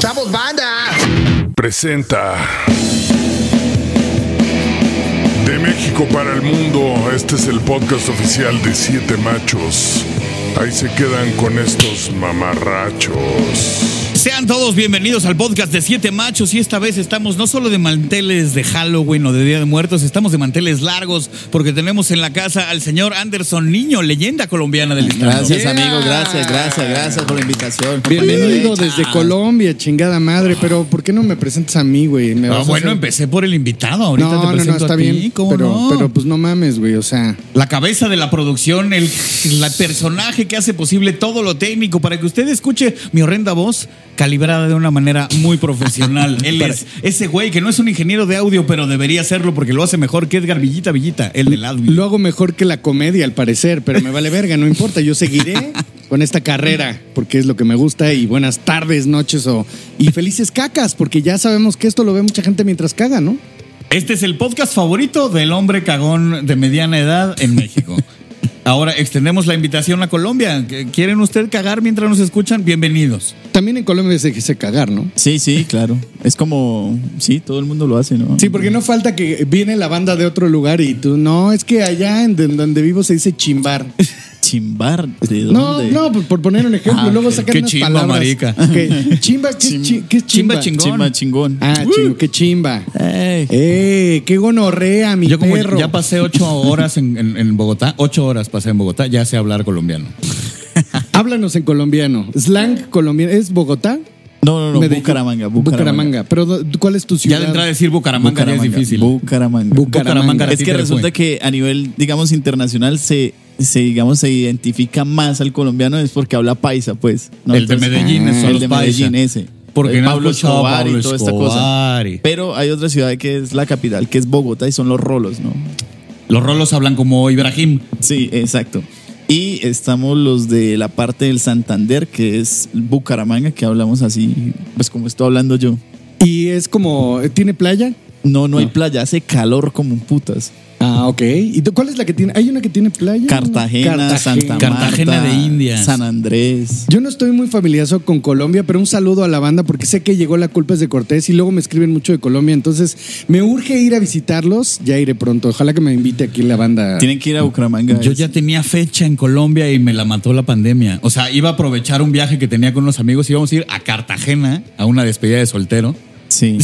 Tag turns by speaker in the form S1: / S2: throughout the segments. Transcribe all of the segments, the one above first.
S1: Somos banda.
S2: Presenta. De México para el mundo, este es el podcast oficial de Siete Machos. Ahí se quedan con estos mamarrachos.
S3: Sean todos bienvenidos al podcast de Siete Machos y esta vez estamos no solo de manteles de Halloween o de Día de Muertos, estamos de manteles largos porque tenemos en la casa al señor Anderson Niño, leyenda colombiana del estado.
S4: Gracias,
S1: Yeah.
S4: amigo. Gracias, gracias, gracias por la invitación.
S5: Bienvenido
S4: Uy.
S5: desde Colombia, chingada madre. Pero ¿por qué no me presentas a mí, güey? Me
S3: Ah,
S5: vas a
S3: bueno,
S5: hacer-
S3: empecé por el invitado, ahorita
S5: No,
S3: te
S5: no,
S3: presento
S5: no, está
S3: a ti,
S5: bien.
S3: ¿cómo
S5: pero,
S3: no?
S5: pero pues no mames, güey. O sea,
S3: La cabeza de la producción, el la personaje que hace posible todo lo técnico para que usted escuche mi horrenda voz calibrada de una manera muy profesional. Él es ese güey que no es un ingeniero de audio, pero debería serlo porque lo hace mejor que Edgar Villita Villita, el del Admin.
S5: lo hago mejor que la comedia, al parecer, pero me vale verga, no importa. Yo seguiré con esta carrera porque es lo que me gusta. Y buenas tardes, noches o. Y felices cacas, porque ya sabemos que esto lo ve mucha gente mientras caga, ¿no?
S3: Este es el podcast favorito del hombre cagón de mediana edad en México. Ahora extendemos la invitación a Colombia. ¿Quieren usted cagar mientras nos escuchan? Bienvenidos.
S5: También en Colombia se dice cagar, ¿no?
S4: Sí, sí, claro. Es como. Sí, todo el mundo lo hace, ¿no?
S5: Sí, porque no falta que viene la banda de otro lugar y tú, no, es que allá en en donde vivo se dice chimbar.
S4: Chimbar. ¿De
S5: No,
S4: dónde?
S5: no, por- por poner un ejemplo,
S4: Ah,
S5: luego
S3: ok.
S5: sacan
S3: Qué
S5: unas
S3: chimba,
S5: palabras.
S3: marica.
S5: ¿Qué? Chimba, pues, ¿qué, es chi- qué es
S3: Chimba
S5: chimba?
S3: chingón.
S4: Chimba chingón.
S5: Ah, chingo, qué chimba.
S4: Ey.
S5: Eh, qué gonorrea, mi
S3: Yo como
S5: perro.
S3: ya pasé ocho horas en, en- en Bogotá, ocho horas pasé en Bogotá, ya sé hablar colombiano.
S5: Háblanos en colombiano. Slang colombiano. ¿Es Bogotá?
S4: No, no, no.
S5: Medellín.
S4: Bucaramanga, Bucaramanga.
S5: Bucaramanga. Pero, do- ¿cuál es tu
S3: Ya
S5: ciudad?
S3: de entrada decir Bucaramanga, ya es difícil.
S4: Bucaramanga.
S5: Bucaramanga.
S4: Es que resulta que a nivel, digamos, internacional se, se, digamos, se identifica más al colombiano es porque habla paisa, pues. ¿no?
S3: El de
S4: Entonces,
S3: Medellín, esos son
S4: el
S3: los
S4: de
S3: paisa.
S4: Medellín ese.
S3: Porque
S4: El
S3: no
S4: Pablo
S3: escuchaba
S4: Escobar
S3: Pablo
S4: y toda
S3: Escobar y-
S4: esta cosa. Pero hay otra ciudad que es la capital, que es Bogotá y son los rolos, ¿no?
S3: Los rolos hablan como Ibrahim.
S4: Sí, exacto. Y estamos los de la parte del Santander, que es Bucaramanga, que hablamos así, pues como estoy hablando yo.
S5: Y es como. ¿Tiene playa?
S4: No, no hay playa, hace calor como un putas.
S5: Ah, ok. ¿Y tú- cuál es la que tiene? Hay una que tiene playa.
S4: Cartagena, Santa Marta,
S3: Cartagena de Indias.
S4: San Andrés.
S5: Yo no estoy muy familiarizado con Colombia, pero un saludo a la banda porque sé que llegó la culpa es de Cortés y luego me escriben mucho de Colombia, entonces me urge ir a visitarlos, ya iré pronto. Ojalá que me invite aquí la banda.
S4: Tienen que ir a Bucaramanga.
S3: Yo
S4: es-
S3: ya tenía fecha en Colombia y me la mató la pandemia. O sea, iba a aprovechar un viaje que tenía con unos amigos. Íbamos a ir a Cartagena a una despedida de soltero.
S4: Sí.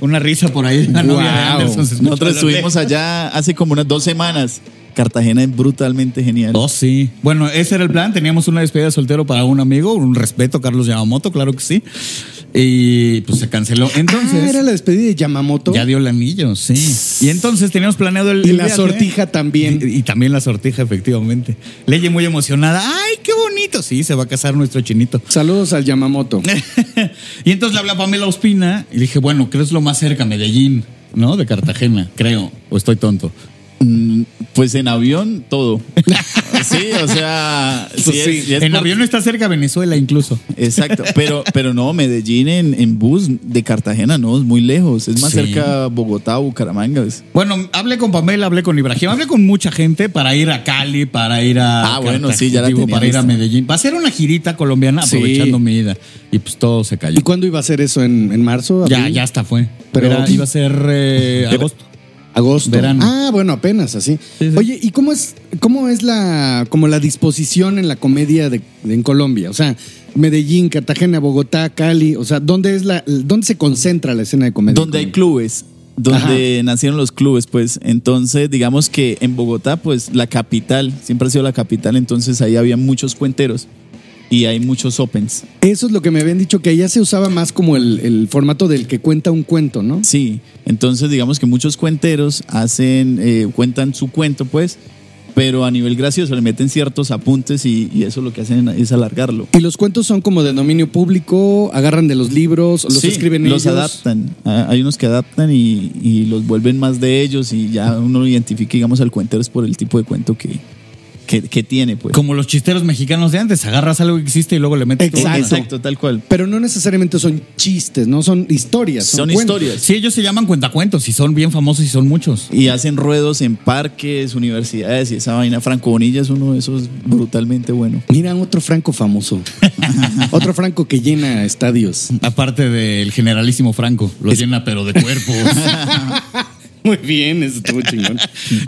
S3: Una risa por ahí. de La novia de
S5: Guau.
S3: Anderson se escuchó
S4: Nosotros
S3: de lejos.
S4: estuvimos allá hace como unas dos semanas. Cartagena es brutalmente genial.
S3: Oh, sí. Bueno, ese era el plan. Teníamos una despedida de soltero para un amigo, un respeto, Carlos Yamamoto, claro que sí. Y pues se canceló. Entonces,
S5: Ah, era la despedida de Yamamoto
S3: ya dio el anillo, sí. Y entonces teníamos planeado el.
S5: y
S3: el
S5: la
S3: viaje.
S5: sortija también.
S3: Y, y también la sortija, efectivamente. Leye muy emocionada. ¡Ay, qué bonito! Sí, se va a casar nuestro chinito.
S5: Saludos al Yamamoto.
S3: y entonces le hablé a Pamela Ospina y dije, bueno, ¿crees lo más cerca? Medellín, ¿no? De Cartagena, creo. O estoy tonto.
S4: Pues en avión, todo. sí, o sea.
S5: Eso
S4: sí es-
S5: sí.
S4: sí es
S3: Pues en
S4: por-
S3: avión está cerca Venezuela, incluso.
S4: Exacto, pero, pero no, Medellín en, en bus de Cartagena no, es muy lejos, es más
S3: Sí.
S4: cerca a Bogotá, Bucaramanga. es-
S3: Bueno, hablé con Pamela, hablé con Ibrahim, hablé con mucha gente para ir a Cali, para ir a.
S4: Ah, bueno,
S3: Cartagena,
S4: sí, ya la
S3: digo,
S4: tenía
S3: Para ir a
S4: lista.
S3: Medellín. Va a ser una girita colombiana
S5: Sí.
S3: aprovechando mi ida. Y pues todo se cayó.
S5: ¿Y cuándo iba a ser eso? ¿En, en marzo?
S3: Ya,
S5: abril?
S3: ya hasta fue. Pero
S5: Pero-
S3: iba a ser eh, agosto.
S5: Agosto.
S3: Verano.
S5: Ah, bueno, apenas así.
S3: Sí, sí.
S5: Oye, ¿y cómo es, cómo es la, como la disposición en la comedia de, de- en Colombia? O sea, Medellín, Cartagena, Bogotá, Cali. O sea, ¿dónde es la, dónde se concentra la escena de comedia?
S4: Donde hay clubes, donde nacieron los clubes, pues entonces digamos que en Bogotá, pues la capital, siempre ha sido la capital, entonces ahí había muchos cuenteros y hay muchos opens.
S5: Eso es lo que me habían dicho, que allá se usaba más como el, el formato del que cuenta un cuento, ¿no?
S4: Sí, entonces digamos que muchos cuenteros hacen, eh, cuentan su cuento, pues, pero a nivel gracioso le meten ciertos apuntes y, y eso lo que hacen es alargarlo.
S5: Y los cuentos son como de dominio público, agarran de los libros, los
S4: Sí,
S5: escriben
S4: los
S5: ellos.
S4: adaptan. Ah, Hay unos que adaptan y, y los vuelven más de ellos y ya uno lo identifica, digamos, al cuentero es por el tipo de cuento que, que, que tiene, pues. Eh,
S3: Como los chisteros mexicanos de antes, agarras algo que existe y luego le metes. tu-
S5: Exacto.
S4: Exacto, tal cual.
S5: Pero no necesariamente son chistes, no son historias. Son,
S4: Son
S5: cuentos.
S4: historias.
S3: Sí, ellos se llaman cuentacuentos y son bien famosos y son muchos.
S4: Y hacen ruedos en parques, universidades y esa vaina. Franco Bonilla es uno de esos brutalmente bueno.
S5: Mira, otro Franco famoso. otro Franco que llena estadios.
S3: Aparte del generalísimo Franco, lo llena pero de cuerpo.
S5: Muy bien, eso estuvo chingón.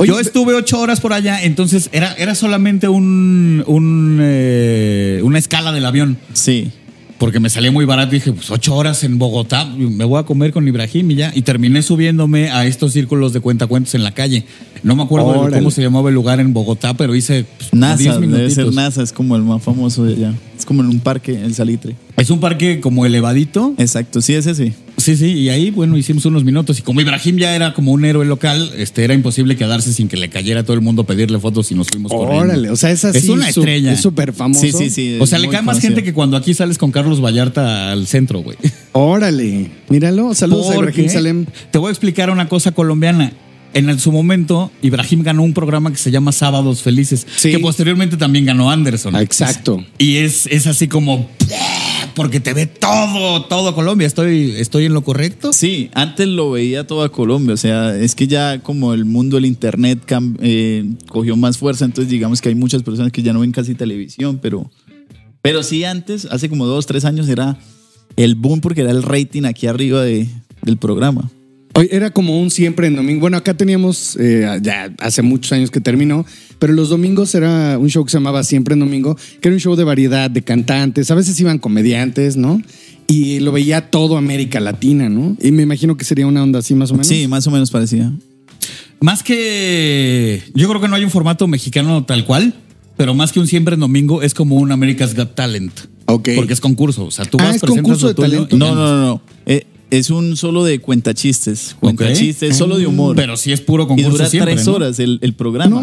S3: Yo estuve ocho horas por allá, entonces era, era solamente un, un, eh, una escala del avión.
S4: Sí.
S3: Porque me salía muy barato y dije, pues ocho horas en Bogotá, me voy a comer con Ibrahim y ya. Y terminé subiéndome a estos círculos de cuentacuentos en la calle. No me acuerdo de
S5: Órale.
S3: cómo se llamaba el lugar en Bogotá, pero hice pues,
S4: NASA,
S3: 10
S4: debe ser
S3: minutitos.
S4: NASA, es como el más famoso de allá. Es como en un parque, el Salitre.
S3: Es un parque como elevadito.
S4: Exacto, sí, es ese.
S3: Sí, sí, y ahí, bueno, hicimos unos minutos. Y como Ibrahim ya era como un héroe local, este, era imposible quedarse sin que le cayera todo el mundo a pedirle fotos y nos fuimos corriendo.
S5: Órale, o sea, es así.
S3: Es una
S5: su-
S3: estrella.
S5: Es súper famoso.
S4: Sí, sí, sí.
S3: O sea, le
S4: muy
S3: cae más
S4: conocido.
S3: gente que cuando aquí sales con Carlos Vallarta al centro, güey.
S5: Órale. Míralo. Saludos a
S3: Porque
S5: Ibrahim Salem.
S3: Te voy a explicar una cosa colombiana. En el- su momento, Ibrahim ganó un programa que se llama Sábados Felices,
S5: Sí.
S3: que posteriormente también ganó Anderson.
S5: Ah, exacto.
S3: Y es, es así como, porque te ve todo, todo Colombia. ¿Estoy, estoy en lo correcto?
S4: Sí, antes lo veía toda Colombia, o sea, es que ya como el mundo del internet cam- eh, cogió más fuerza, entonces digamos que hay muchas personas que ya no ven casi televisión, pero, pero sí antes, hace como dos, tres años era el boom porque era el rating aquí arriba de- del programa.
S5: Oye, era como un siempre en domingo. Bueno, acá teníamos, eh, ya hace muchos años que terminó, pero los domingos era un show que se llamaba Siempre en Domingo, que era un show de variedad, de cantantes, a veces iban comediantes, ¿no? Y lo veía todo América Latina, ¿no? Y me imagino que sería una onda así más o menos.
S4: Sí, más o menos parecía.
S3: Más que. Yo creo que no hay un formato mexicano tal cual, pero más que un siempre en domingo es como un America's Got Talent.
S5: Ok.
S3: Porque es concurso. O sea, tú
S5: Ah,
S3: vas
S5: es
S3: presentas
S5: concurso
S3: lo
S5: de
S3: tuyo
S5: talento.
S3: y
S4: No, no,
S3: ganas.
S4: no, no. Eh, es un solo de cuentachistes, cuentachistes, solo de humor.
S3: Pero sí es puro
S4: y
S3: concurso.
S4: dura
S3: siempre,
S4: tres
S3: ¿no?
S4: horas el, el
S5: No
S4: programa.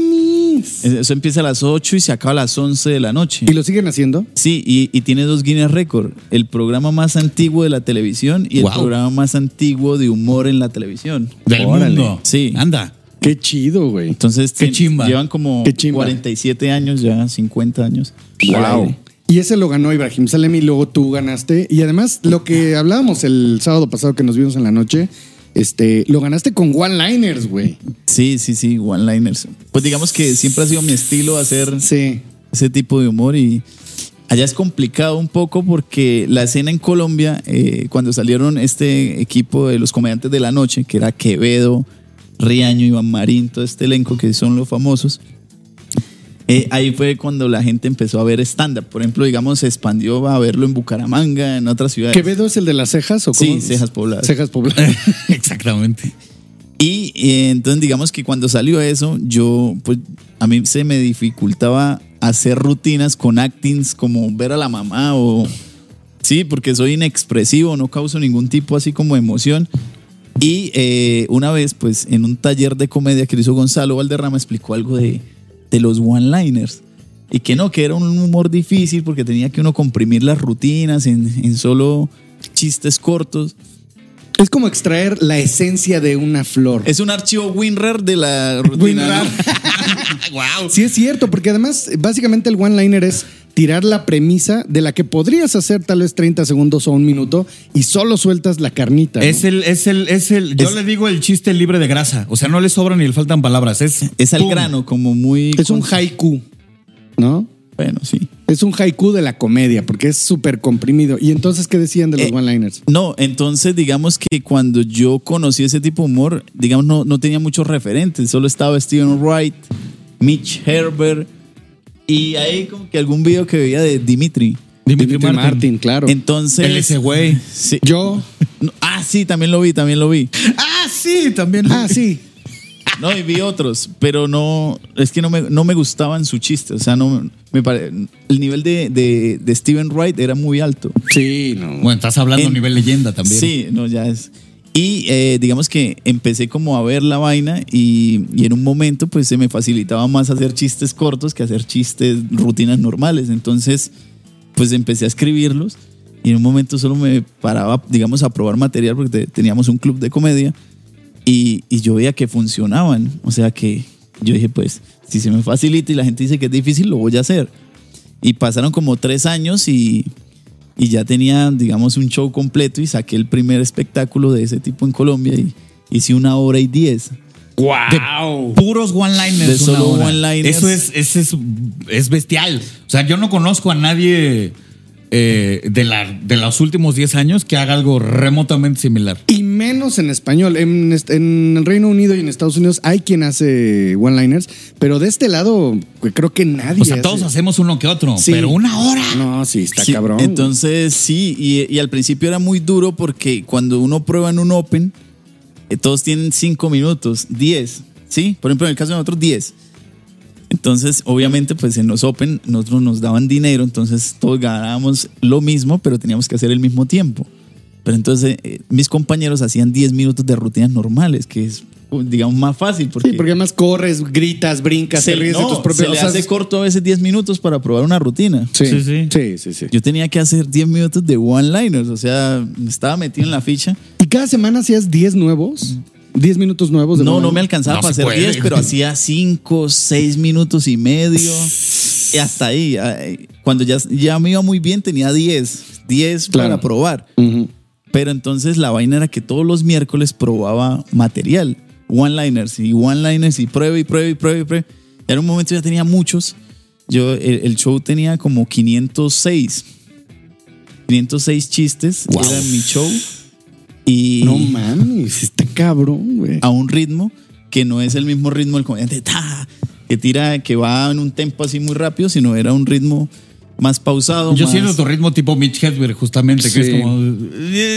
S5: mames.
S4: Eso empieza a las 8 y se acaba a las 11 de la noche.
S5: ¿Y lo siguen haciendo?
S4: Sí, y, y tiene dos Guinness Record. El programa más antiguo de la televisión y el
S3: Wow.
S4: programa más antiguo de humor en la televisión.
S3: Del
S5: Órale.
S3: mundo.
S4: Sí.
S3: Anda.
S5: Qué chido, güey.
S4: Entonces,
S3: Qué
S4: tien-
S3: chimba.
S4: llevan como
S5: Qué chimba.
S4: 47 años ya, 50 años. al aire.
S5: Y ese lo ganó Ibrahim Salem y luego tú ganaste. Y además, lo que hablábamos el sábado pasado que nos vimos en la noche, este, lo ganaste con one-liners, güey.
S4: Sí, sí, sí, one-liners. Pues digamos que siempre ha sido mi estilo hacer
S5: Sí.
S4: ese tipo de humor y allá es complicado un poco porque la escena en Colombia, eh, cuando salieron este equipo de los comediantes de la noche, que era Quevedo, Riaño, Iván Marín, todo este elenco que son los famosos, eh, ahí fue cuando la gente empezó a ver stand-up. Por ejemplo, digamos, se expandió a verlo en Bucaramanga, en otras ciudades.
S5: ¿Quevedo es el de las cejas o cómo?
S4: Sí, cejas pobladas.
S5: Cejas pobladas.
S3: Exactamente.
S4: Y eh, entonces digamos que cuando salió eso, yo, pues a mí se me dificultaba hacer rutinas con actings como ver a la mamá o... Sí, porque soy inexpresivo, no causo ningún tipo así como de emoción. Y eh, una vez, pues en un taller de comedia que le hizo Gonzalo Valderrama, explicó algo de, de los one-liners. Y que no, que era un humor difícil porque tenía que uno comprimir las rutinas en, en solo chistes cortos.
S5: es como extraer la esencia de una flor.
S4: Es un archivo WinRAR de la rutina. ¿no?
S5: Winrar.
S3: wow.
S5: Sí, es cierto, porque además, básicamente el one-liner es tirar la premisa de la que podrías hacer tal vez 30 segundos o un minuto y solo sueltas la carnita. ¿no?
S3: Es el, es el, es el. Yo
S4: Es-
S3: le digo el chiste libre de grasa. O sea, no le sobran ni le faltan palabras. Es,
S4: Es al
S3: ¡pum!
S4: grano, como muy.
S5: es un
S4: con-
S5: haiku, ¿no?
S4: Bueno, sí.
S5: Es un haiku de la comedia, porque es súper comprimido. ¿Y entonces qué decían de los
S4: Eh,
S5: one-liners?
S4: No, entonces digamos que cuando yo conocí ese tipo de humor, digamos, no, no tenía muchos referentes. Solo estaba Steven Wright, Mitch Herbert y ahí como que algún video que veía de Dimitri.
S3: Dimitri
S5: Dimitri Martin,
S3: Martin.
S5: claro.
S4: Entonces.
S3: Él ese güey.
S4: Sí.
S5: Yo.
S4: No, ah, sí, también lo vi, también lo vi.
S3: Ah, sí, también.
S5: Ah, sí.
S4: No, y vi otros, pero no, es que no me, no me gustaban su chiste. O sea, no, me pare- el nivel de, de, de Steven Wright era muy alto.
S5: Sí, no.
S3: Bueno, estás hablando a
S4: En-
S3: nivel leyenda también.
S4: Sí, no, ya es. Y eh, digamos que empecé como a ver la vaina y, y en un momento pues se me facilitaba más hacer chistes cortos que hacer chistes, rutinas normales. Entonces pues empecé a escribirlos y en un momento solo me paraba, digamos, a probar material porque te- teníamos un club de comedia y, y yo veía que funcionaban. O sea que yo dije pues si se me facilita y la gente dice que es difícil, lo voy a hacer. Y pasaron como tres años y, y ya tenía, digamos, un show completo y saqué el primer espectáculo de ese tipo en Colombia y hice una hora y diez.
S5: ¡Wow!
S3: Puros one-liners.
S4: De solo
S3: una hora.
S4: one-liners.
S3: Eso es, ese es, es bestial. O sea, yo no conozco a nadie eh, de, la, de los últimos 10 años que haga algo remotamente similar.
S5: Y menos en español. En, est- en el Reino Unido y en Estados Unidos hay quien hace one-liners, pero de este lado pues, creo que nadie.
S3: O sea, todos hacemos uno que otro,
S5: Sí.
S3: pero una hora.
S5: No, sí, está
S4: Sí,
S5: cabrón.
S4: Entonces, sí, y, y al principio era muy duro porque cuando uno prueba en un Open, eh, todos tienen 5 minutos, 10, ¿sí? Por ejemplo, en el caso de nosotros, 10. Entonces, obviamente, pues en los Open nosotros nos daban dinero, entonces todos ganábamos lo mismo, pero teníamos que hacer el mismo tiempo. Pero entonces eh, mis compañeros hacían 10 minutos de rutinas normales, que es, uh, digamos, más fácil. Porque
S5: Sí, porque además corres, gritas, brincas,
S4: se,
S5: te ríes
S4: no,
S5: de tus
S4: se
S5: propios.
S4: le
S5: o sea,
S4: hace corto a veces 10 minutos para probar una rutina.
S5: sí,
S3: Sí,
S5: sí,
S3: sí.
S5: sí. sí, sí,
S4: Yo tenía que hacer 10 minutos de one-liners, o sea, me estaba metido en la ficha.
S5: ¿Y cada semana hacías 10 nuevos? ¿10 minutos nuevos? De
S4: No,
S5: nuevo?
S4: no me alcanzaba
S3: No
S4: para
S3: se
S4: hacer
S3: puede.
S4: 10, pero hacía 5, 6 minutos y medio. Y hasta ahí, ay, cuando ya, ya me iba muy bien, tenía 10, 10 para
S5: Claro.
S4: probar.
S5: Ujú.
S4: Pero entonces la vaina era que todos los miércoles probaba material, one-liners y one-liners y prueba y prueba y prueba y prueba. Y en un momento ya tenía muchos. Yo, el, el show tenía como 506. 506 chistes
S5: Wow.
S4: era mi show. Y
S5: No mames, está cabrón, güey.
S4: a un ritmo que no es el mismo ritmo del comediante ta, que tira, que va en un tempo así muy rápido, sino era un ritmo más pausado.
S3: Yo
S4: más-
S3: siento tu ritmo tipo Mitch Hedberg, justamente, que
S5: Sí.
S3: es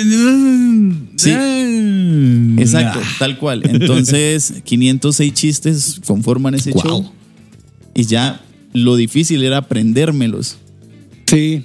S3: como.
S4: Sí. Exacto,
S3: Ah.
S4: tal cual. Entonces, 506 chistes conforman ese
S3: Guau.
S4: show. Y ya lo difícil era aprendérmelos. Ah,
S5: Sí.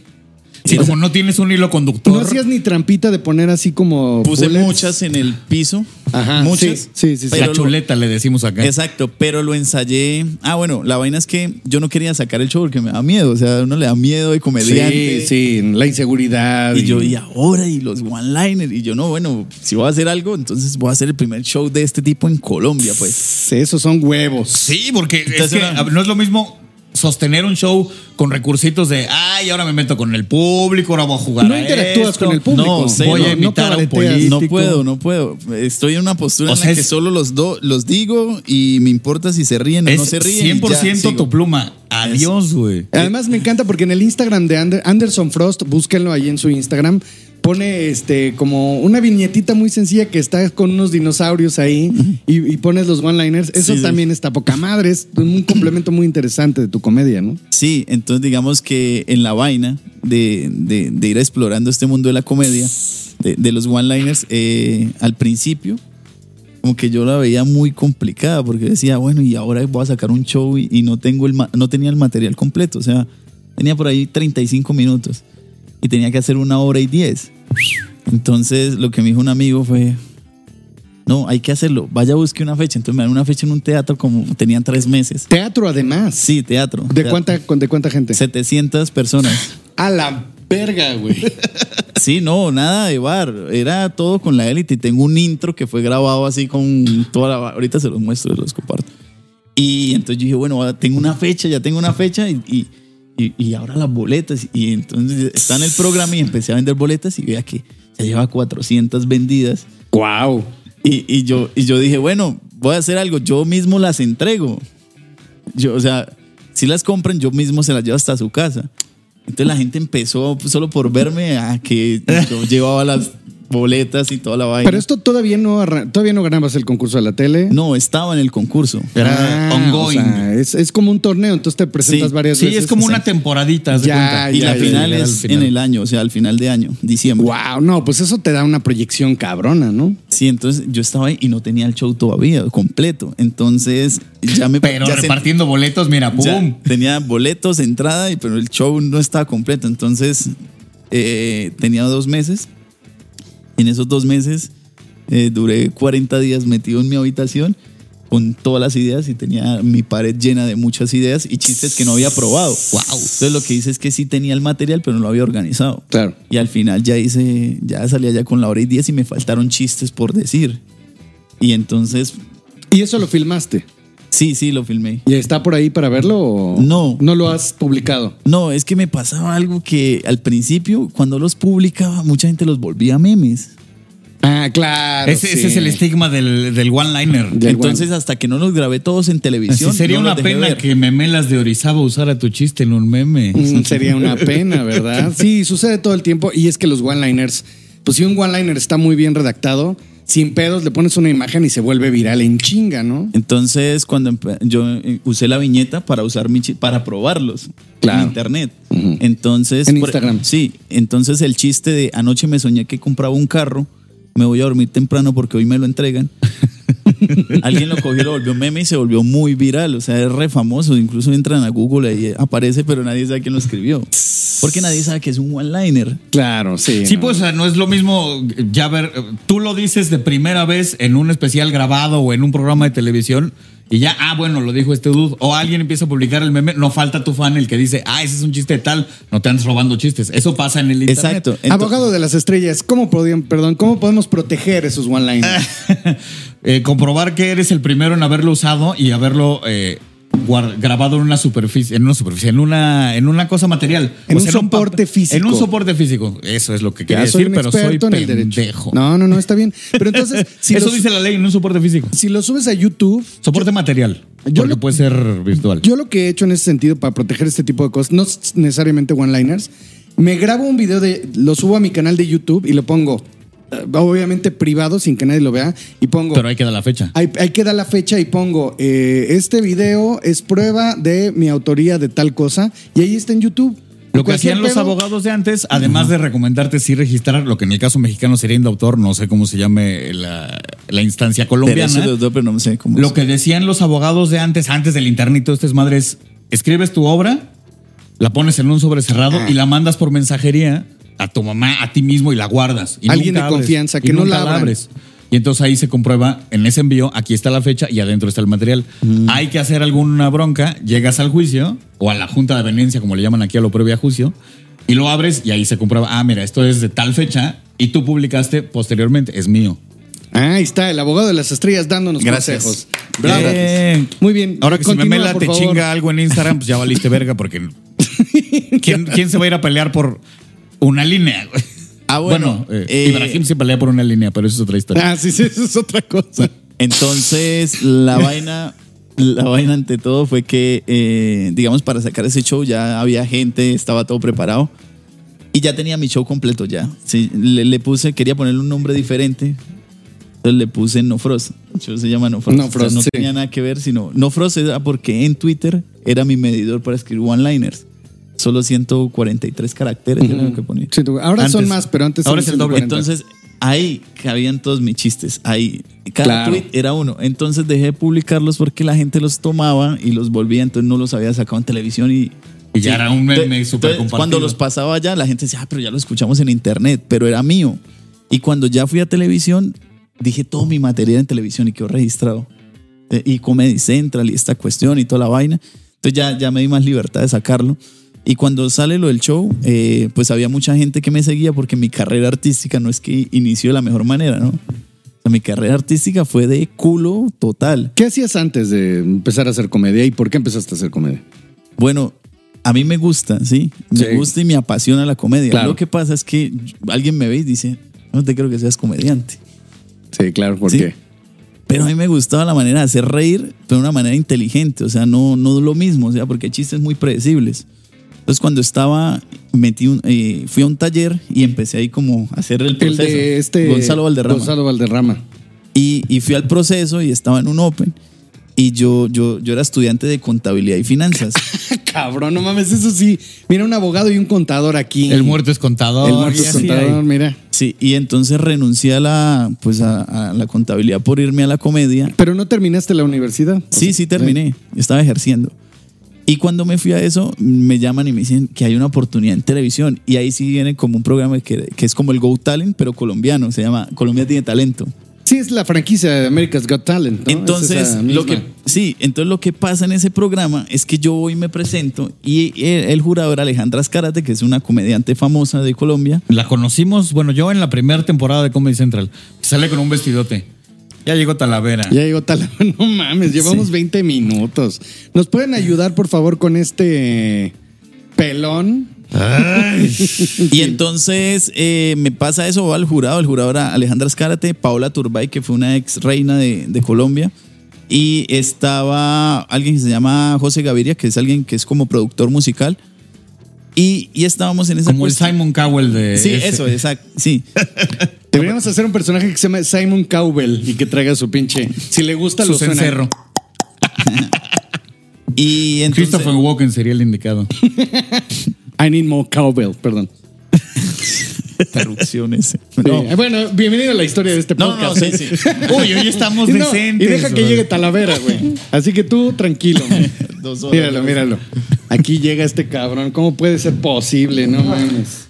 S3: Sí, como no tienes un hilo
S5: No
S3: conductor.
S5: hacías ni trampita de poner así como.
S4: Puse
S5: bullets?
S4: muchas en el piso.
S5: Ajá,
S4: muchas.
S5: sí, sí, sí, sí.
S4: pero
S3: la
S4: lo-
S3: chuleta ¿eh? le decimos acá.
S4: Exacto, pero lo ensayé. Ah, bueno, la vaina es que yo no quería sacar el show porque me da miedo. O sea, uno le da miedo de comediante.
S5: Sí, sí, la inseguridad.
S4: Y yo, y ahora, y los one-liners. Y yo, no, bueno, si voy a hacer algo, entonces voy a hacer el primer show de este tipo en Colombia, pues.
S5: Esos son huevos.
S3: Sí, porque es
S4: Entonces,
S3: que,
S4: una-
S3: a ver, no es lo mismo sostener un show con recursitos de, ay, ahora me meto con el público, ahora voy a jugar.
S5: No
S3: a
S5: interactúas
S3: esto,
S5: con el público.
S4: No, sé,
S3: voy
S4: no,
S3: a
S4: no
S3: imitar a un
S5: cabareteas.
S3: político.
S4: No puedo, no puedo. Estoy en una postura
S3: O
S4: en
S3: sea,
S4: la
S3: es-
S4: que solo los, do- los digo y me importa si se ríen o
S3: Es
S4: no se ríen. y ya,
S3: 100%
S4: sigo.
S3: tu pluma. Adiós, güey.
S5: Además me encanta porque en el Instagram de Ander- Anderson Frost, búsquenlo ahí en su Instagram, pone este como una viñetita muy sencilla que está con unos dinosaurios ahí y, y pones los one-liners. Eso
S4: Sí, sí.
S5: también está poca madre, es un complemento muy interesante de tu comedia, ¿no?
S4: Sí, entonces digamos que en la vaina de, de- de ir explorando este mundo de la comedia, de, de los one-liners, eh, al principio, como que yo la veía muy complicada porque decía, bueno, y ahora voy a sacar un show y, y no, tengo el ma- no tenía el material completo, o sea, tenía por ahí 35 minutos y tenía que hacer una hora y 10. Entonces lo que me dijo un amigo fue, no, hay que hacerlo, vaya busque una fecha, entonces me dan una fecha en un teatro como tenían tres meses.
S5: Teatro además.
S4: Sí, teatro.
S5: ¿De
S4: teatro.
S5: cuánta, con- ¿De cuánta gente?
S4: 700 personas.
S5: A la verga, güey.
S4: Sí, no, nada de bar. Era todo con la élite. Y tengo un intro que fue grabado así con toda la. Ahorita se los muestro, los comparto. Y entonces yo dije, bueno, ahora tengo una fecha, ya tengo una fecha y, y, y- y ahora las boletas. Y entonces está en el programa y empecé a vender boletas y vea que se lleva 400 vendidas.
S5: wow.
S4: Y, y yo, y yo dije, bueno, voy a hacer algo, yo mismo las entrego. Yo, o sea, si las compran, yo mismo se las llevo hasta su casa. Entonces la gente empezó pues, solo por verme a que yo llevaba las boletas y toda la vaina.
S5: Pero esto todavía no arran- todavía no ganabas el concurso de la tele.
S4: No, estaba en el concurso.
S3: Era
S5: Ah,
S3: ongoing.
S5: o sea, es, es como un torneo, entonces te presentas
S4: Sí,
S5: varias
S3: sí,
S5: veces.
S3: es como una
S5: Exacto.
S3: temporadita. haz de
S5: Ya,
S3: cuenta.
S4: y
S5: ya,
S4: la
S5: ya,
S4: final
S3: llegar al
S4: es
S3: final.
S4: en el año, o sea, al final de año, diciembre.
S5: Wow, no, pues eso te da una proyección cabrona, ¿no?
S4: Sí, entonces yo estaba ahí y no tenía el show todavía completo. Entonces ya me
S3: Pero
S4: ya sentí-
S3: repartiendo boletos, mira,
S4: Ya
S3: pum.
S4: tenía boletos, entrada, y- pero el show no estaba completo. Entonces eh, tenía dos meses. Y en esos dos meses eh, duré 40 días metido en mi habitación con todas las ideas y tenía mi pared llena de muchas ideas y chistes que no había probado. ¡Wow! Entonces lo que hice es que sí tenía el material, pero no lo había organizado.
S5: Claro.
S4: Y al final ya hice, ya salía ya con la hora y 10 y me faltaron chistes por decir. Y entonces
S5: Y eso lo filmaste.
S4: Sí, sí, lo filmé.
S5: ¿Y está por ahí para verlo o
S4: No.
S5: no lo has publicado?
S4: No, es que me pasaba algo que al principio, cuando los publicaba, mucha gente los volvía memes.
S5: Ah, claro.
S3: Ese, ese
S5: sí.
S3: es el estigma del, del one-liner.
S5: Ya,
S4: Entonces, hasta que no los grabé todos en televisión.
S3: Así sería
S4: no los
S3: una
S4: dejé
S3: pena
S4: ver.
S3: que Memelas de Orizaba usara tu chiste en un meme.
S5: Mm, Sería una pena, ¿verdad? Sí, sucede todo el tiempo. Y es que los one-liners, pues si un one-liner está muy bien redactado, sin pedos le pones una imagen y se vuelve viral en chinga, ¿no?
S4: Entonces, cuando empe- yo eh, usé la viñeta para usar mi chi- para probarlos
S5: Claro.
S4: en internet.
S5: Ujú.
S4: Entonces, e-,
S5: En Instagram.
S4: Sí, entonces el chiste de anoche me soñé que compraba un carro, me voy a dormir temprano porque hoy me lo entregan. Alguien lo cogió, lo volvió meme y se volvió muy viral, o sea, es re famoso, incluso entran a Google y eh, aparece, pero nadie sabe quién lo escribió. Porque nadie sabe que es un one-liner.
S5: Claro, sí.
S3: Sí,
S5: ¿no?
S3: pues o sea, no es lo mismo ya ver, eh, tú lo dices de primera vez en un especial grabado o en un programa de televisión y ya, ah, bueno, lo dijo este dude, o alguien empieza a publicar el meme, no falta tu fan el que dice, ah, ese es un chiste tal, no te andes robando chistes. Eso pasa en el internet.
S4: Exacto. Ento-
S5: Abogado de las estrellas, ¿cómo, podían, perdón, ¿cómo podemos proteger esos
S3: Ah,
S5: one-liners?
S3: Eh, comprobar que eres el primero en haberlo usado y haberlo eh, guar- grabado en una superficie, en una superficie, en una, en una cosa material.
S5: En
S3: O
S5: un
S3: sea,
S5: soporte
S3: papel-
S5: físico.
S3: En un soporte físico. Eso es lo que quería
S5: Ya soy
S3: decir,
S5: un
S3: pero soy
S5: experto en el
S3: pendejo.
S5: derecho. No, no, no, está bien. Pero entonces, si,
S3: Eso
S5: los-
S3: dice la ley, en un soporte físico.
S5: si lo subes a YouTube,
S3: Soporte material.
S5: yo
S3: porque
S5: lo-
S3: puede ser virtual.
S5: Yo lo que he hecho en ese sentido para proteger este tipo de cosas, no s- necesariamente one-liners, me grabo un video de, lo subo a mi canal de YouTube y lo pongo, eh, obviamente privado, sin que nadie lo vea, y pongo,
S3: pero ahí queda la fecha.
S5: ahí, ahí queda la fecha y pongo, eh, este video es prueba de mi autoría de tal cosa, y ahí está en YouTube.
S3: Lo que
S5: Cualquier
S3: hacían los
S5: pedo-
S3: abogados de antes, además de recomendarte sí registrar, lo que en el caso mexicano sería indautor, no sé cómo se llame la, la instancia colombiana.
S4: Derecho de autor, pero no sé cómo
S3: ¿eh? Lo
S4: se-
S3: que decían los abogados de antes, antes del internet y todo este desmadre es, escribes tu obra, la pones en un sobre cerrado
S5: Ah.
S3: y la mandas por mensajería a tu mamá, a ti mismo y la guardas. Y
S5: Alguien de
S3: abres,
S5: confianza,
S3: y
S5: que no
S3: nunca
S5: la abran.
S3: abres. Y entonces ahí se comprueba en ese envío, aquí está la fecha y adentro está el material.
S5: Mm.
S3: Hay que hacer alguna bronca, llegas al juicio o a la junta de venencia, como le llaman aquí a lo previo a juicio, y lo abres y ahí se comprueba, ah, mira, esto es de tal fecha y tú publicaste posteriormente, es mío.
S5: Ah, ahí está, el abogado de las estrellas dándonos
S4: Gracias.
S5: consejos. Bravo.
S3: Bien.
S5: Muy bien.
S3: Ahora que
S5: Continúa,
S3: si Memela
S5: por
S3: te
S5: favor.
S3: chinga algo en Instagram, pues ya valiste verga porque ¿quién, quién se va a ir a pelear por una línea? güey?
S4: Ah, bueno,
S3: eh,
S4: eh,
S3: Ibrahim se pelea por una línea, pero eso es otra historia.
S5: Ah, sí, sí, eso es otra cosa.
S4: Entonces, la vaina, la vaina ante todo fue que, eh, digamos, para sacar ese show ya había gente, estaba todo preparado. Y ya tenía mi show completo ya. Sí, le, le puse, quería ponerle un nombre diferente. Entonces le puse No Frost. El show se llama No Frost.
S5: No
S4: O sea,
S5: Frost,
S4: no
S5: sí.
S4: tenía nada que ver, sino No Frost era porque en Twitter era mi medidor para escribir one-liners. Solo 143 caracteres era lo que ponía.
S5: Sí, tú- ahora son
S4: Antes.
S5: más, pero antes
S3: Ahora
S5: eran
S3: es el doble.
S5: 140.
S4: Entonces, ahí cabían todos mis chistes. Ahí. Cada
S5: Claro.
S4: tweet era uno. Entonces dejé de publicarlos porque la gente los tomaba y los volvía. Entonces no los había sacado en televisión y.
S3: Y ya era un meme
S4: Entonces,
S3: súper
S4: entonces,
S3: compartido.
S4: Cuando los pasaba allá, la gente decía, ah, pero ya lo escuchamos en internet, pero era mío. Y cuando ya fui a televisión, dije todo mi material en televisión y quedó registrado. Eh, Y Comedy Central y esta cuestión y toda la vaina. Entonces ya, ya me di más libertad de sacarlo. Y cuando sale lo del show, eh, pues había mucha gente que me seguía porque mi carrera artística no es que inició de la mejor manera, ¿no? O sea, mi carrera artística fue de culo total.
S5: ¿Qué hacías antes de empezar a hacer comedia y por qué empezaste a hacer comedia?
S4: Bueno, a mí me gusta, ¿sí? Me
S5: Sí.
S4: gusta y me apasiona la comedia.
S5: Claro.
S4: Lo que pasa es que alguien me ve y dice, no te creo que seas comediante.
S5: Sí, claro, ¿por
S4: Sí.
S5: qué?
S4: Pero a mí me gustaba la manera de hacer reír, pero de una manera inteligente. O sea, no, no lo mismo, o sea, porque hay chistes muy predecibles. Entonces, cuando estaba, metí un, eh, fui a un taller y empecé ahí como a hacer el
S5: El
S4: proceso.
S5: de este
S4: Gonzalo Valderrama.
S5: Gonzalo Valderrama.
S4: Y, y fui al proceso y estaba en un open. Y yo, yo, yo era estudiante de contabilidad y finanzas.
S5: Ah, Cabrón, no mames, eso sí. Mira, un abogado y un contador aquí.
S3: El muerto es contador.
S5: El muerto
S3: y
S5: es
S3: así
S5: contador,
S3: hay.
S5: mira.
S4: Sí, y entonces renuncié a la, pues a, a la contabilidad por irme a la comedia.
S5: Pero no terminaste la universidad.
S4: Sí, sí terminé, estaba ejerciendo. Y cuando me fui a eso, me llaman y me dicen que hay una oportunidad en televisión. Y ahí sí viene como un programa que, que es como el Go Talent, pero colombiano. Se llama Colombia tiene talento.
S5: Sí, es la franquicia de America's Got Talent. ¿no? Es
S4: Entonces,
S5: esa
S4: lo
S5: misma.
S4: que, sí, entonces lo que pasa en ese programa es que yo voy y me presento y el, el jurado era Alejandra Azcárate, que es una comediante famosa de Colombia.
S3: La conocimos, bueno, yo en la primera temporada de Comedy Central. Sale con un vestidote. Ya llegó Talavera.
S5: Ya llegó Talavera. No mames, llevamos 20 minutos. ¿Nos pueden ayudar, por favor, con este pelón?
S4: Y entonces eh, me pasa eso, va al jurado, el jurado era Alejandra Azcárate, Paola Turbay, que fue una ex reina de, de Colombia, y estaba alguien que se llama José Gaviria, que es alguien que es como productor musical, y, y estábamos en esa
S3: Como el
S4: cuestión-
S3: Simon Cowell de.
S4: Sí,
S3: ese.
S4: eso, exacto, sí.
S5: Deberíamos hacer un personaje que se llama Simon Cowell y que traiga su pinche. Si le gusta,
S3: Su
S5: lo suena.
S3: cencerro.
S4: Y entonces...
S3: Christopher
S5: eh,
S3: Walken sería el indicado.
S5: I need more Cowbell, perdón.
S4: Interrupciones.
S5: Sí. Eh, Bueno, bienvenido a la historia de este
S4: No, no,
S5: podcast.
S4: sí, sí.
S3: Uy, hoy estamos
S5: Y no,
S3: decentes.
S5: y deja que
S3: güey.
S5: llegue Talavera, güey. Así que tú, tranquilo. güey.
S4: Dos horas.
S5: Míralo, míralo. Aquí llega este cabrón. ¿Cómo puede ser posible? No mames.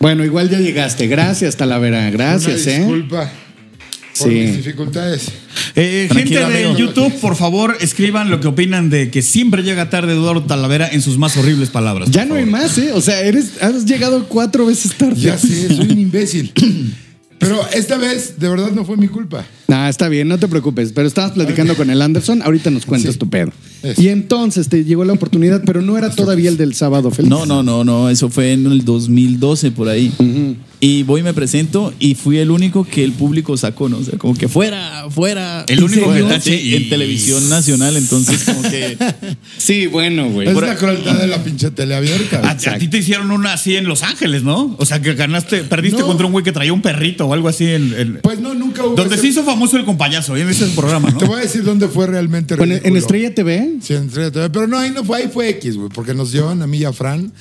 S5: Bueno, igual ya llegaste. Gracias, Talavera. Gracias,
S1: Una
S5: ¿eh?
S1: Disculpa por mis
S5: Sí.
S1: dificultades.
S3: Eh, gente
S4: Tranquilo,
S3: de
S4: amigo.
S3: YouTube, por favor, escriban lo que opinan de que siempre llega tarde Eduardo Talavera en sus más horribles palabras.
S5: Ya
S3: por
S5: no hay
S3: favor.
S5: más, ¿eh? O sea, eres, has llegado cuatro veces tarde.
S1: Ya sé, soy un imbécil. Pero esta vez, de verdad, no fue mi culpa.
S5: Nah, está bien, no te preocupes. Pero estabas platicando con el Anderson. Ahorita nos cuentas
S1: Sí.
S5: tu pedo.
S1: Eso.
S5: Y entonces te llegó la oportunidad, pero no era todavía el del sábado feliz.
S4: No, no, no, no, eso fue en el 2012 por ahí. Y voy, me presento y fui el único que el público sacó, ¿no? O sea, como que fuera, fuera.
S3: El único
S4: Fuera,
S3: que tache
S4: sí,
S3: y-
S4: en televisión nacional, entonces como que
S5: Sí, Ah, bueno, güey.
S1: Es la crueldad de la pinche teleabierta.
S3: A,
S1: güey.
S3: a ti te hicieron una así en Los Ángeles, ¿no? O sea, que ganaste, perdiste
S1: No.
S3: contra un güey que traía un perrito o algo así en. en-
S1: Pues no, nunca hubo.
S3: donde
S1: ese-
S3: se hizo famoso el compayazo, ¿eh? en ese programa, ¿no?
S1: Te voy a decir dónde fue realmente
S5: Bueno, en
S1: ridículo.
S5: Estrella TV.
S1: Sí, en Estrella TV. Pero no, ahí no fue, ahí fue X, güey, porque nos llevan a mí y a Fran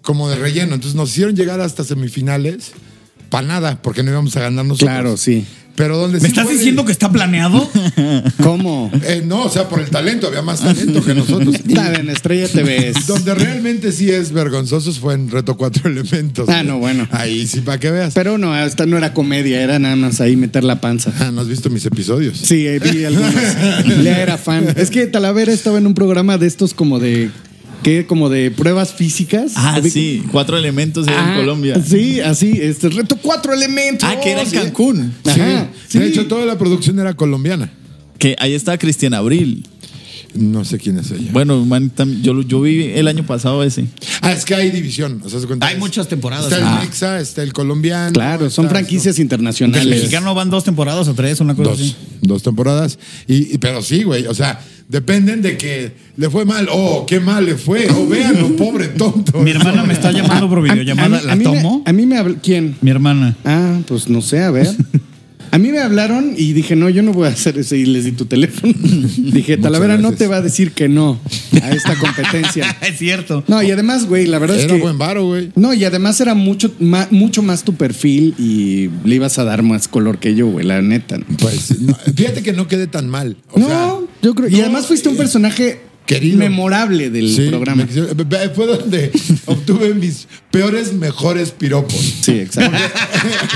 S1: como de relleno. Entonces nos hicieron llegar hasta semifinales para nada, porque no íbamos a ganar nosotros.
S5: Claro, sí.
S1: Pero donde
S3: ¿Me estás diciendo que está planeado?
S5: ¿Cómo?
S1: eh,
S5: Pues,
S1: no, o sea, por el talento, había más talento que nosotros. Y
S5: Está en Estrella TV. es-
S1: donde realmente sí es vergonzoso fue en Reto Cuatro Elementos.
S5: Ah,
S1: güey.
S5: no, bueno.
S1: Ahí sí, para que veas.
S5: Pero no, esta no era comedia, era nada más ahí meter la panza.
S1: Ah, ¿No has visto mis episodios?
S5: Sí, eh, vi algunos. Le era fan. Es que Talavera estaba en un programa de estos como de. ¿Qué? Como de pruebas físicas.
S4: Ah,
S5: ¿Ubica-
S4: sí, cuatro elementos era
S5: Ah,
S4: en Colombia.
S5: Sí, así. Este reto cuatro elementos.
S4: Ah, que era en
S5: Sí.
S4: Cancún.
S5: Ajá,
S1: Sí. De
S5: sí.
S1: hecho, toda la producción era colombiana.
S4: Que ahí está Cristian Abril.
S1: No sé quién es ella.
S4: Bueno, man, tam- yo, lo- yo vi el año pasado ese.
S1: Ah, es que hay división. o sea, se cuenta,
S3: Hay
S1: es-
S3: muchas temporadas.
S1: Está el
S3: Ah.
S1: Mexa, está el colombiano.
S5: Claro, son
S1: está-
S5: franquicias pues,
S3: Porque el
S5: internacionales.
S3: mexicano van dos temporadas o tres, una cosa
S1: Dos,
S3: así.
S1: dos temporadas. Y, y- pero sí, güey. O sea, dependen de que le fue mal. Oh, qué mal le fue. Oh, véanlo, pobre tonto.
S3: Mi hermana me está llamando por
S5: A- a-
S3: videollamada.
S5: a mí- a
S3: ¿La
S5: mí me-
S3: tomo?
S5: A mí me habló. ¿Quién?
S3: Mi hermana.
S5: Ah, pues no sé, a ver. A mí me hablaron y dije, no, yo no voy a hacer eso. Y les di tu teléfono. dije, Talavera no
S1: gracias.
S5: te va a decir que no a esta competencia.
S3: es cierto.
S5: No, y además, güey, la verdad
S1: Era
S5: es que.
S1: buen varo, güey.
S5: No, y además era mucho, ma- mucho más tu perfil y le ibas a dar más color que yo, güey, la neta.
S1: Pues no, fíjate que no quedé tan mal. O
S5: no,
S1: sea,
S5: yo creo. Y
S1: no,
S5: además fuiste un
S1: eh,
S5: personaje
S1: querido.
S5: memorable del
S1: sí,
S5: programa.
S1: me quisieron- ve- ve- Fue donde obtuve mis peores, mejores piropos.
S5: Sí, exacto.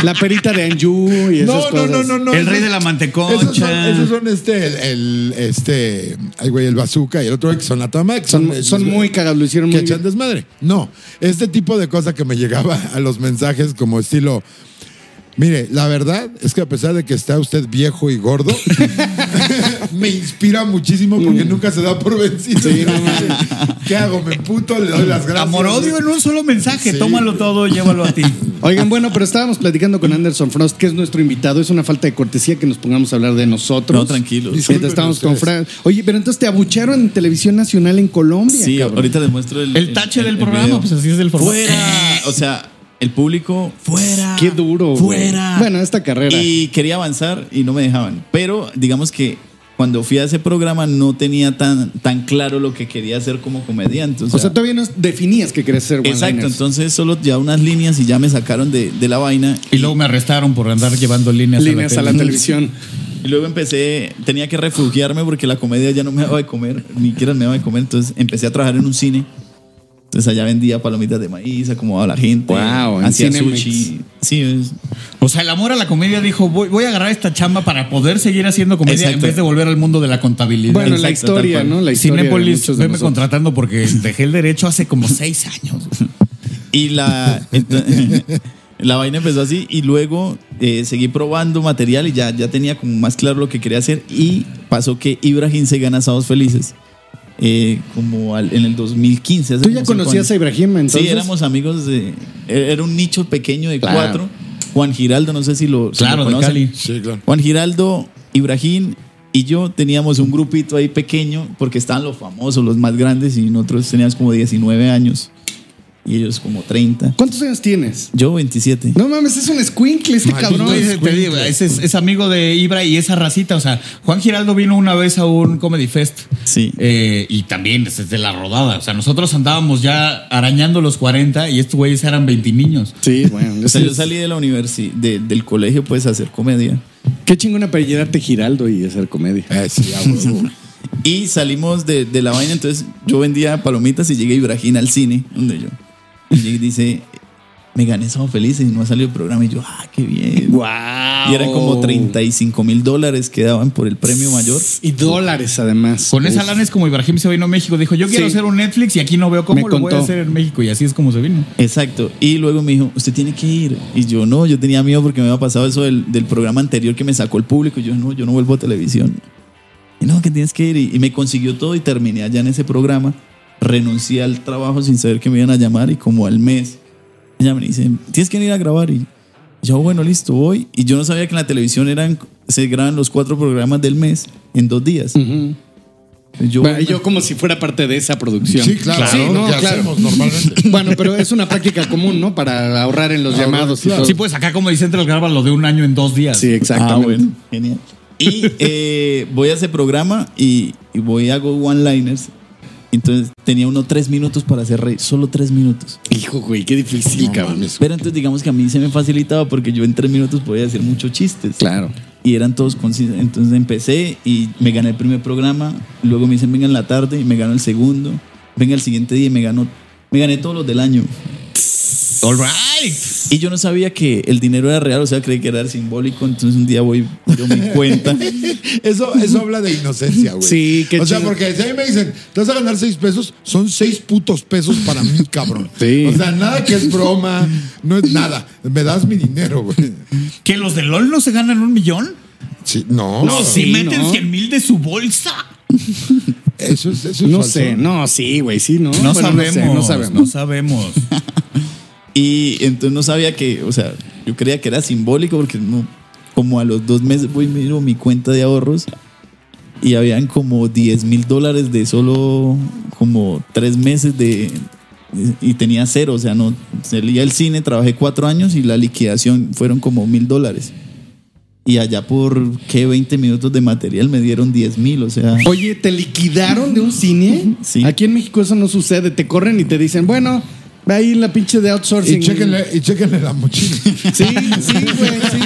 S5: la perita de Anju y
S1: No,
S5: esas
S1: no,
S5: cosas.
S1: no, no, no.
S3: El
S1: esos-
S3: rey de la mantecocha.
S1: Esos son, esos son este, el, el- este, ay, güey, el bazooka y el otro que son la tama. que
S5: Son, son muy cagados, lo hicieron
S1: Pues, que
S5: muy
S1: echan
S5: bien.
S1: desmadre. No, este tipo de cosa que me llegaba a los mensajes como estilo. Mire, la verdad es que a pesar de que está usted viejo y gordo, me inspira muchísimo
S5: Mm.
S1: porque nunca se da por vencido. ¿Qué hago? Me puto, le doy las gracias.
S3: Amor odio en un solo mensaje.
S1: Sí.
S3: Tómalo todo, llévalo a ti.
S1: Ah.
S5: Oigan, bueno, pero estábamos platicando con Anderson Frost, que es nuestro invitado. Es una falta de cortesía que nos pongamos a hablar de nosotros.
S4: No, tranquilos.
S5: Mientras estábamos con Fran.
S1: Disculpen
S5: Oye, pero entonces te abuchearon en televisión nacional en Colombia.
S4: Sí,
S5: cabrón.
S4: ahorita les muestro el.
S3: El tache del programa,
S4: video.
S3: pues así es el formato.
S4: Fuera. O sea, el público, fuera.
S5: Qué duro. güey.
S4: Fuera.
S5: Bueno, esta carrera.
S4: Y quería avanzar y no me dejaban. Pero digamos que cuando fui a ese programa no tenía tan, tan claro lo que quería hacer como comediante. O sea,
S5: O sea, todavía no definías que querías ser
S4: exacto.
S5: one-liners.
S4: Entonces solo ya unas líneas y ya me sacaron de, de la vaina.
S3: Y luego me arrestaron por andar llevando líneas,
S5: Líneas a la
S3: tele.
S5: televisión.
S4: Y luego empecé, tenía que refugiarme porque la comedia ya no me daba de comer, ni siquiera me daba de comer. Entonces empecé a trabajar en un cine. Entonces allá vendía palomitas de maíz, acomodaba a la gente,
S5: Wow, en
S4: hacía
S5: Cinemex.
S4: sushi. Sí, es-
S3: O sea, el amor a la comedia dijo, voy, voy a agarrar esta chamba para poder seguir haciendo comedia en
S4: Exacto.
S3: vez de volver al mundo de la contabilidad.
S5: Bueno, la
S4: Exacto,
S5: historia,
S4: tal cual.
S5: ¿no? La historia. de
S3: Cinépolis,
S5: muchos de
S3: venme
S5: nosotros.
S3: contratando porque dejé el derecho hace como seis años.
S4: Y la. ento- La vaina empezó así y luego eh, seguí probando material y ya, ya tenía como más claro lo que quería hacer y pasó que Ibrahim se gana Sábados Felices eh, como al- en el 2015. hace
S5: ¿Tú
S4: como
S5: ya
S4: cinco años.
S5: conocías a Ibrahim entonces?
S4: Sí, éramos amigos de... e-, Era un nicho pequeño de
S5: Claro.
S4: cuatro. Juan Giraldo, no sé si lo, si lo
S3: Claro, de
S4: conocen.
S3: Cali.
S1: Sí, claro.
S4: Juan Giraldo, Ibrahim y yo teníamos un grupito ahí pequeño porque estaban los famosos, los más grandes y nosotros teníamos como 19 años y ellos como 30.
S5: ¿Cuántos años tienes?
S4: Yo 27.
S5: No mames, es un squinkle este
S1: Maldito
S5: cabrón.
S1: es-
S3: Entonces, te digo, es, es- es amigo de Ibra y esa racita. O sea, Juan Giraldo vino una vez a un Comedy Fest.
S4: Sí.
S3: Eh, y también desde la rodada. O sea, nosotros andábamos ya arañando los 40 y estos güeyes eran 20 niños.
S5: Sí, bueno.
S4: O sea, yo salí de la universidad, del colegio pues a hacer comedia.
S5: Qué chingón apellidarte Giraldo y hacer comedia.
S1: Eh, sí, a huevo.
S4: Y salimos de, de la vaina, entonces yo vendía palomitas y llegué Ibrahim al cine, donde yo. Y llega y dice, me gané, somos felices y no ha salido el programa. Y yo, ah, qué bien.
S5: ¡Wow!
S4: Y eran como 35 mil dólares que daban por el premio mayor.
S5: Y dólares además.
S3: Con esa
S5: Uf.
S3: lana es como Ibrahim se vino a México. Dijo, yo quiero
S5: Sí.
S3: hacer un Netflix y aquí no veo cómo
S5: Me
S3: lo voy a
S5: contó.
S3: hacer en México. Y así es como se vino.
S4: Exacto. Y luego me dijo, usted tiene que ir. Y yo no, yo tenía miedo porque me había pasado eso del, del programa anterior que me sacó el público. Y yo no, yo no vuelvo a televisión. Y no, que tienes que ir. Y, y me consiguió todo y terminé allá en ese programa. Renuncié al trabajo sin saber que me iban a llamar y como al mes. Ella me dice, tienes que ir a grabar. Y yo, bueno, listo, voy. Y yo no sabía que en la televisión eran, se graban los cuatro programas del mes en dos días. Yo,
S5: Bueno, y yo como si fuera parte de esa producción.
S1: Sí, claro.
S5: Sí, no,
S1: ¿qué
S5: claro.
S1: hacemos normalmente?
S5: Bueno, pero es una práctica común, ¿no? Para ahorrar en los
S1: Ahorrar,
S5: llamados y
S1: claro.
S5: todo.
S3: Sí, pues acá como dice Central graba lo de un año en dos días.
S5: Sí, exactamente.
S4: Ah, bueno, genial. Y eh, voy a ese programa y, y voy a hago one-liners. Entonces tenía uno tres minutos para hacer reír, solo tres minutos.
S5: Hijo, güey, qué difícil, cabrón.
S4: Pero entonces digamos que a mí se me facilitaba porque yo en tres minutos podía hacer muchos chistes.
S5: Claro.
S4: Y eran todos concisos. Entonces empecé y me gané el primer programa. Luego me dicen venga en la tarde y me ganó el segundo. Venga el siguiente día y me ganó. Me gané todos los del año.
S3: All right.
S4: Y yo no sabía que el dinero era real, o sea, creí que era simbólico. Entonces un día voy, yo me cuenta.
S1: Eso, eso habla de inocencia, güey.
S5: Sí, qué
S1: O sea,
S5: chido.
S1: porque si a mí me dicen, te vas a ganar seis pesos, son seis putos pesos para mí, cabrón.
S5: Sí.
S1: O sea, nada que es broma, no es nada. Me das mi dinero, güey.
S3: ¿Que los de LOL no se ganan un millón?
S1: Sí, no.
S5: No,
S3: ¿Si
S5: Sí,
S3: meten
S5: ¿no?
S3: 100 mil de su bolsa?
S1: Eso es, eso es
S5: No
S1: falso.
S5: sé, no, sí, güey, sí, no.
S3: No
S5: Bueno,
S3: sabemos.
S5: sé, No, sabemos.
S3: sabemos.
S4: Y entonces no sabía que, o sea, yo creía que era simbólico porque no- como a los dos meses voy y miro mi cuenta de ahorros y habían como 10 mil dólares de solo como tres meses de... Y tenía cero, o sea, no salía el cine, trabajé cuatro años y la liquidación fueron como mil dólares. Y allá por, ¿qué? 20 minutos de material me dieron 10 mil, o sea...
S5: Oye, ¿te liquidaron de un cine?
S4: Sí.
S5: Aquí en México eso no sucede. Te corren y te dicen, bueno, ve ahí la pinche de outsourcing.
S1: Y chéquenle, y chéquenle la mochila.
S5: Sí, sí, güey, sí.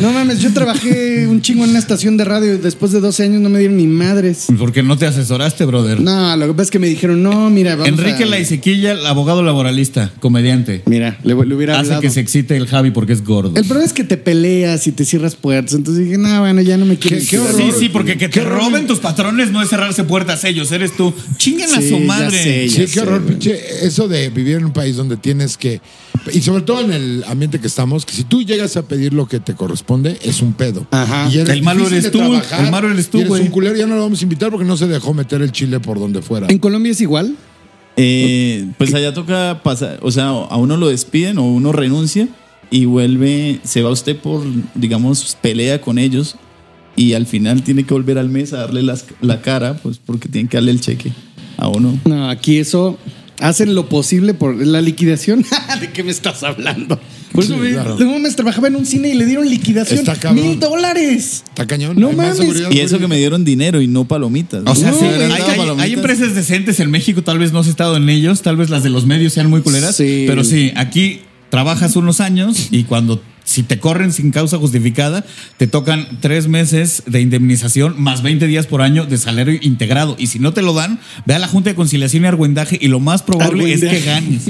S5: No mames, yo trabajé un chingo en una estación de radio y después de 12 años no me dieron ni madres.
S3: ¿Por qué no te asesoraste, brother?
S5: No, lo que pasa es que me dijeron, no, mira, vamos
S3: Enrique
S5: a...
S3: Laisequilla, abogado laboralista, comediante.
S5: Mira, le, le hubiera
S3: Hace
S5: hablado.
S3: que se excite el Javi porque es gordo.
S5: El problema es que te peleas y te cierras puertas. Entonces dije, no, bueno, ya no me quiero.
S1: Qué- qué horror.
S3: Sí, sí, porque que te
S1: Qué horror.
S3: roben tus patrones no es cerrarse puertas ellos, eres tú. Chinguen a
S5: Sí,
S3: su
S5: ya
S3: madre.
S5: sé, ya
S1: Sí, qué
S5: sé,
S1: horror,
S5: güey.
S1: pinche. Eso de vivir en un país donde tienes que. Y sobre todo en el ambiente que estamos, que si tú llegas a pedir lo que te corresponde, es un pedo.
S5: Ajá.
S1: Y eres
S3: El malo
S1: difícil
S3: eres
S1: de
S3: tú, el malo eres tú,
S1: y eres
S3: güey.
S1: un culero, ya no lo vamos a invitar porque no se dejó meter el chile por donde fuera.
S5: ¿En Colombia es igual?
S4: Eh, pues allá toca pasar, o sea, a uno lo despiden o uno renuncia y vuelve, se va usted por, digamos, pelea con ellos y al final tiene que volver al mes a darle las- la cara, pues porque tienen que darle el cheque a uno.
S5: No, aquí eso hacen lo posible por la liquidación. ¿De qué me estás hablando? Por eso
S1: Sí,
S5: me-
S1: claro.
S5: de mames, trabajaba en un cine y le dieron liquidación.
S1: Está cabrón.
S5: ¡Mil dólares!
S1: Está cañón.
S5: No
S1: hay
S5: mames.
S1: más seguridad
S4: Y eso que
S1: jurídica.
S4: me dieron dinero y no palomitas.
S3: O sea,
S5: No,
S3: sí,
S5: güey,
S3: hay,
S4: no,
S3: hay- hay
S4: palomitas.
S3: empresas decentes en México, tal vez no has estado en ellos, tal vez las de los medios sean muy culeras,
S5: Sí.
S3: pero sí, aquí trabajas unos años y cuando si te corren sin causa justificada, te tocan tres meses de indemnización más 20 días por año de salario integrado. Y si no te lo dan, ve a la Junta de Conciliación y Argüendaje y lo más probable es
S5: Argüendaje.
S3: que ganes.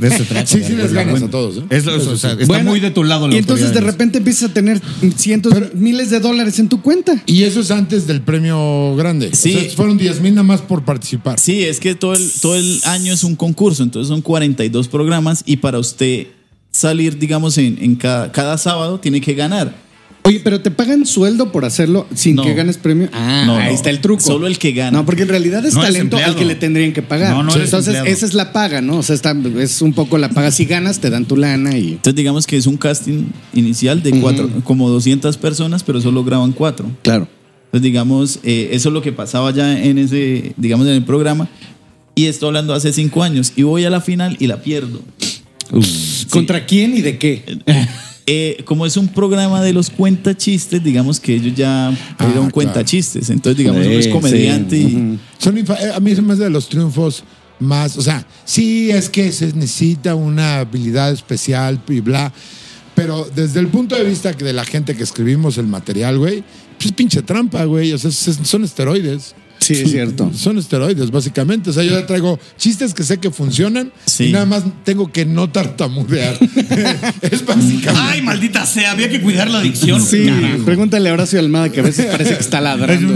S3: De eso trata.
S1: Sí, sí, les ganas a todos. ¿eh?
S3: Eso, eso, o sea, está
S5: Bueno,
S3: muy de tu lado la
S5: Y entonces de
S3: autoridad.
S5: repente empiezas a tener cientos, miles de dólares en tu cuenta.
S1: Y eso es antes del premio grande.
S4: Sí.
S1: O sea, fueron 10 mil nada más por participar.
S4: Sí, es que todo el, todo el año es un concurso, entonces son 42 programas y para usted salir, digamos, en, en cada, cada sábado, tiene que ganar.
S5: Oye, pero te pagan sueldo por hacerlo sin
S4: No.
S5: que ganes premio. Ah,
S4: No,
S5: ahí
S4: no.
S5: está el truco.
S4: Solo el que gana.
S5: No, porque en realidad es
S3: No, es
S5: talento al
S3: empleado.
S5: que le tendrían que pagar.
S3: No, no
S5: Sí.
S3: eres
S5: Entonces,
S3: empleado.
S5: esa es la paga, ¿no? O sea, está- es un poco la paga. Si ganas, te dan tu lana y.
S4: Entonces digamos que es un casting inicial de cuatro, como 200 personas, pero solo graban cuatro.
S5: Claro.
S4: Entonces digamos, eh, eso es lo que pasaba ya en ese, digamos, en el programa. Y estoy hablando hace cinco años. Y voy a la final y la pierdo.
S5: ¿Contra quién y de qué?
S4: Eh, como es un programa de los cuentachistes, digamos que ellos ya dieron
S1: claro.
S4: cuentachistes. Entonces, digamos, uno
S5: Sí,
S4: es comediante
S5: sí.
S4: y...
S5: Ujú.
S1: Son infa- eh, a mí se me hace de los triunfos más, o sea, sí es que se necesita una habilidad especial y bla, pero desde el punto de vista que de la gente que escribimos el material, güey, pues es pinche trampa, güey, o sea, es- es- son esteroides.
S5: Sí, es cierto.
S1: Son esteroides, básicamente. O sea, yo ya traigo chistes que sé que funcionan
S4: Sí.
S1: y nada más tengo que no tartamudear. es básicamente.
S3: Ay, maldita sea, había que cuidar la adicción.
S5: Sí, pregúntale a Horacio Almada que a veces parece que está ladrando.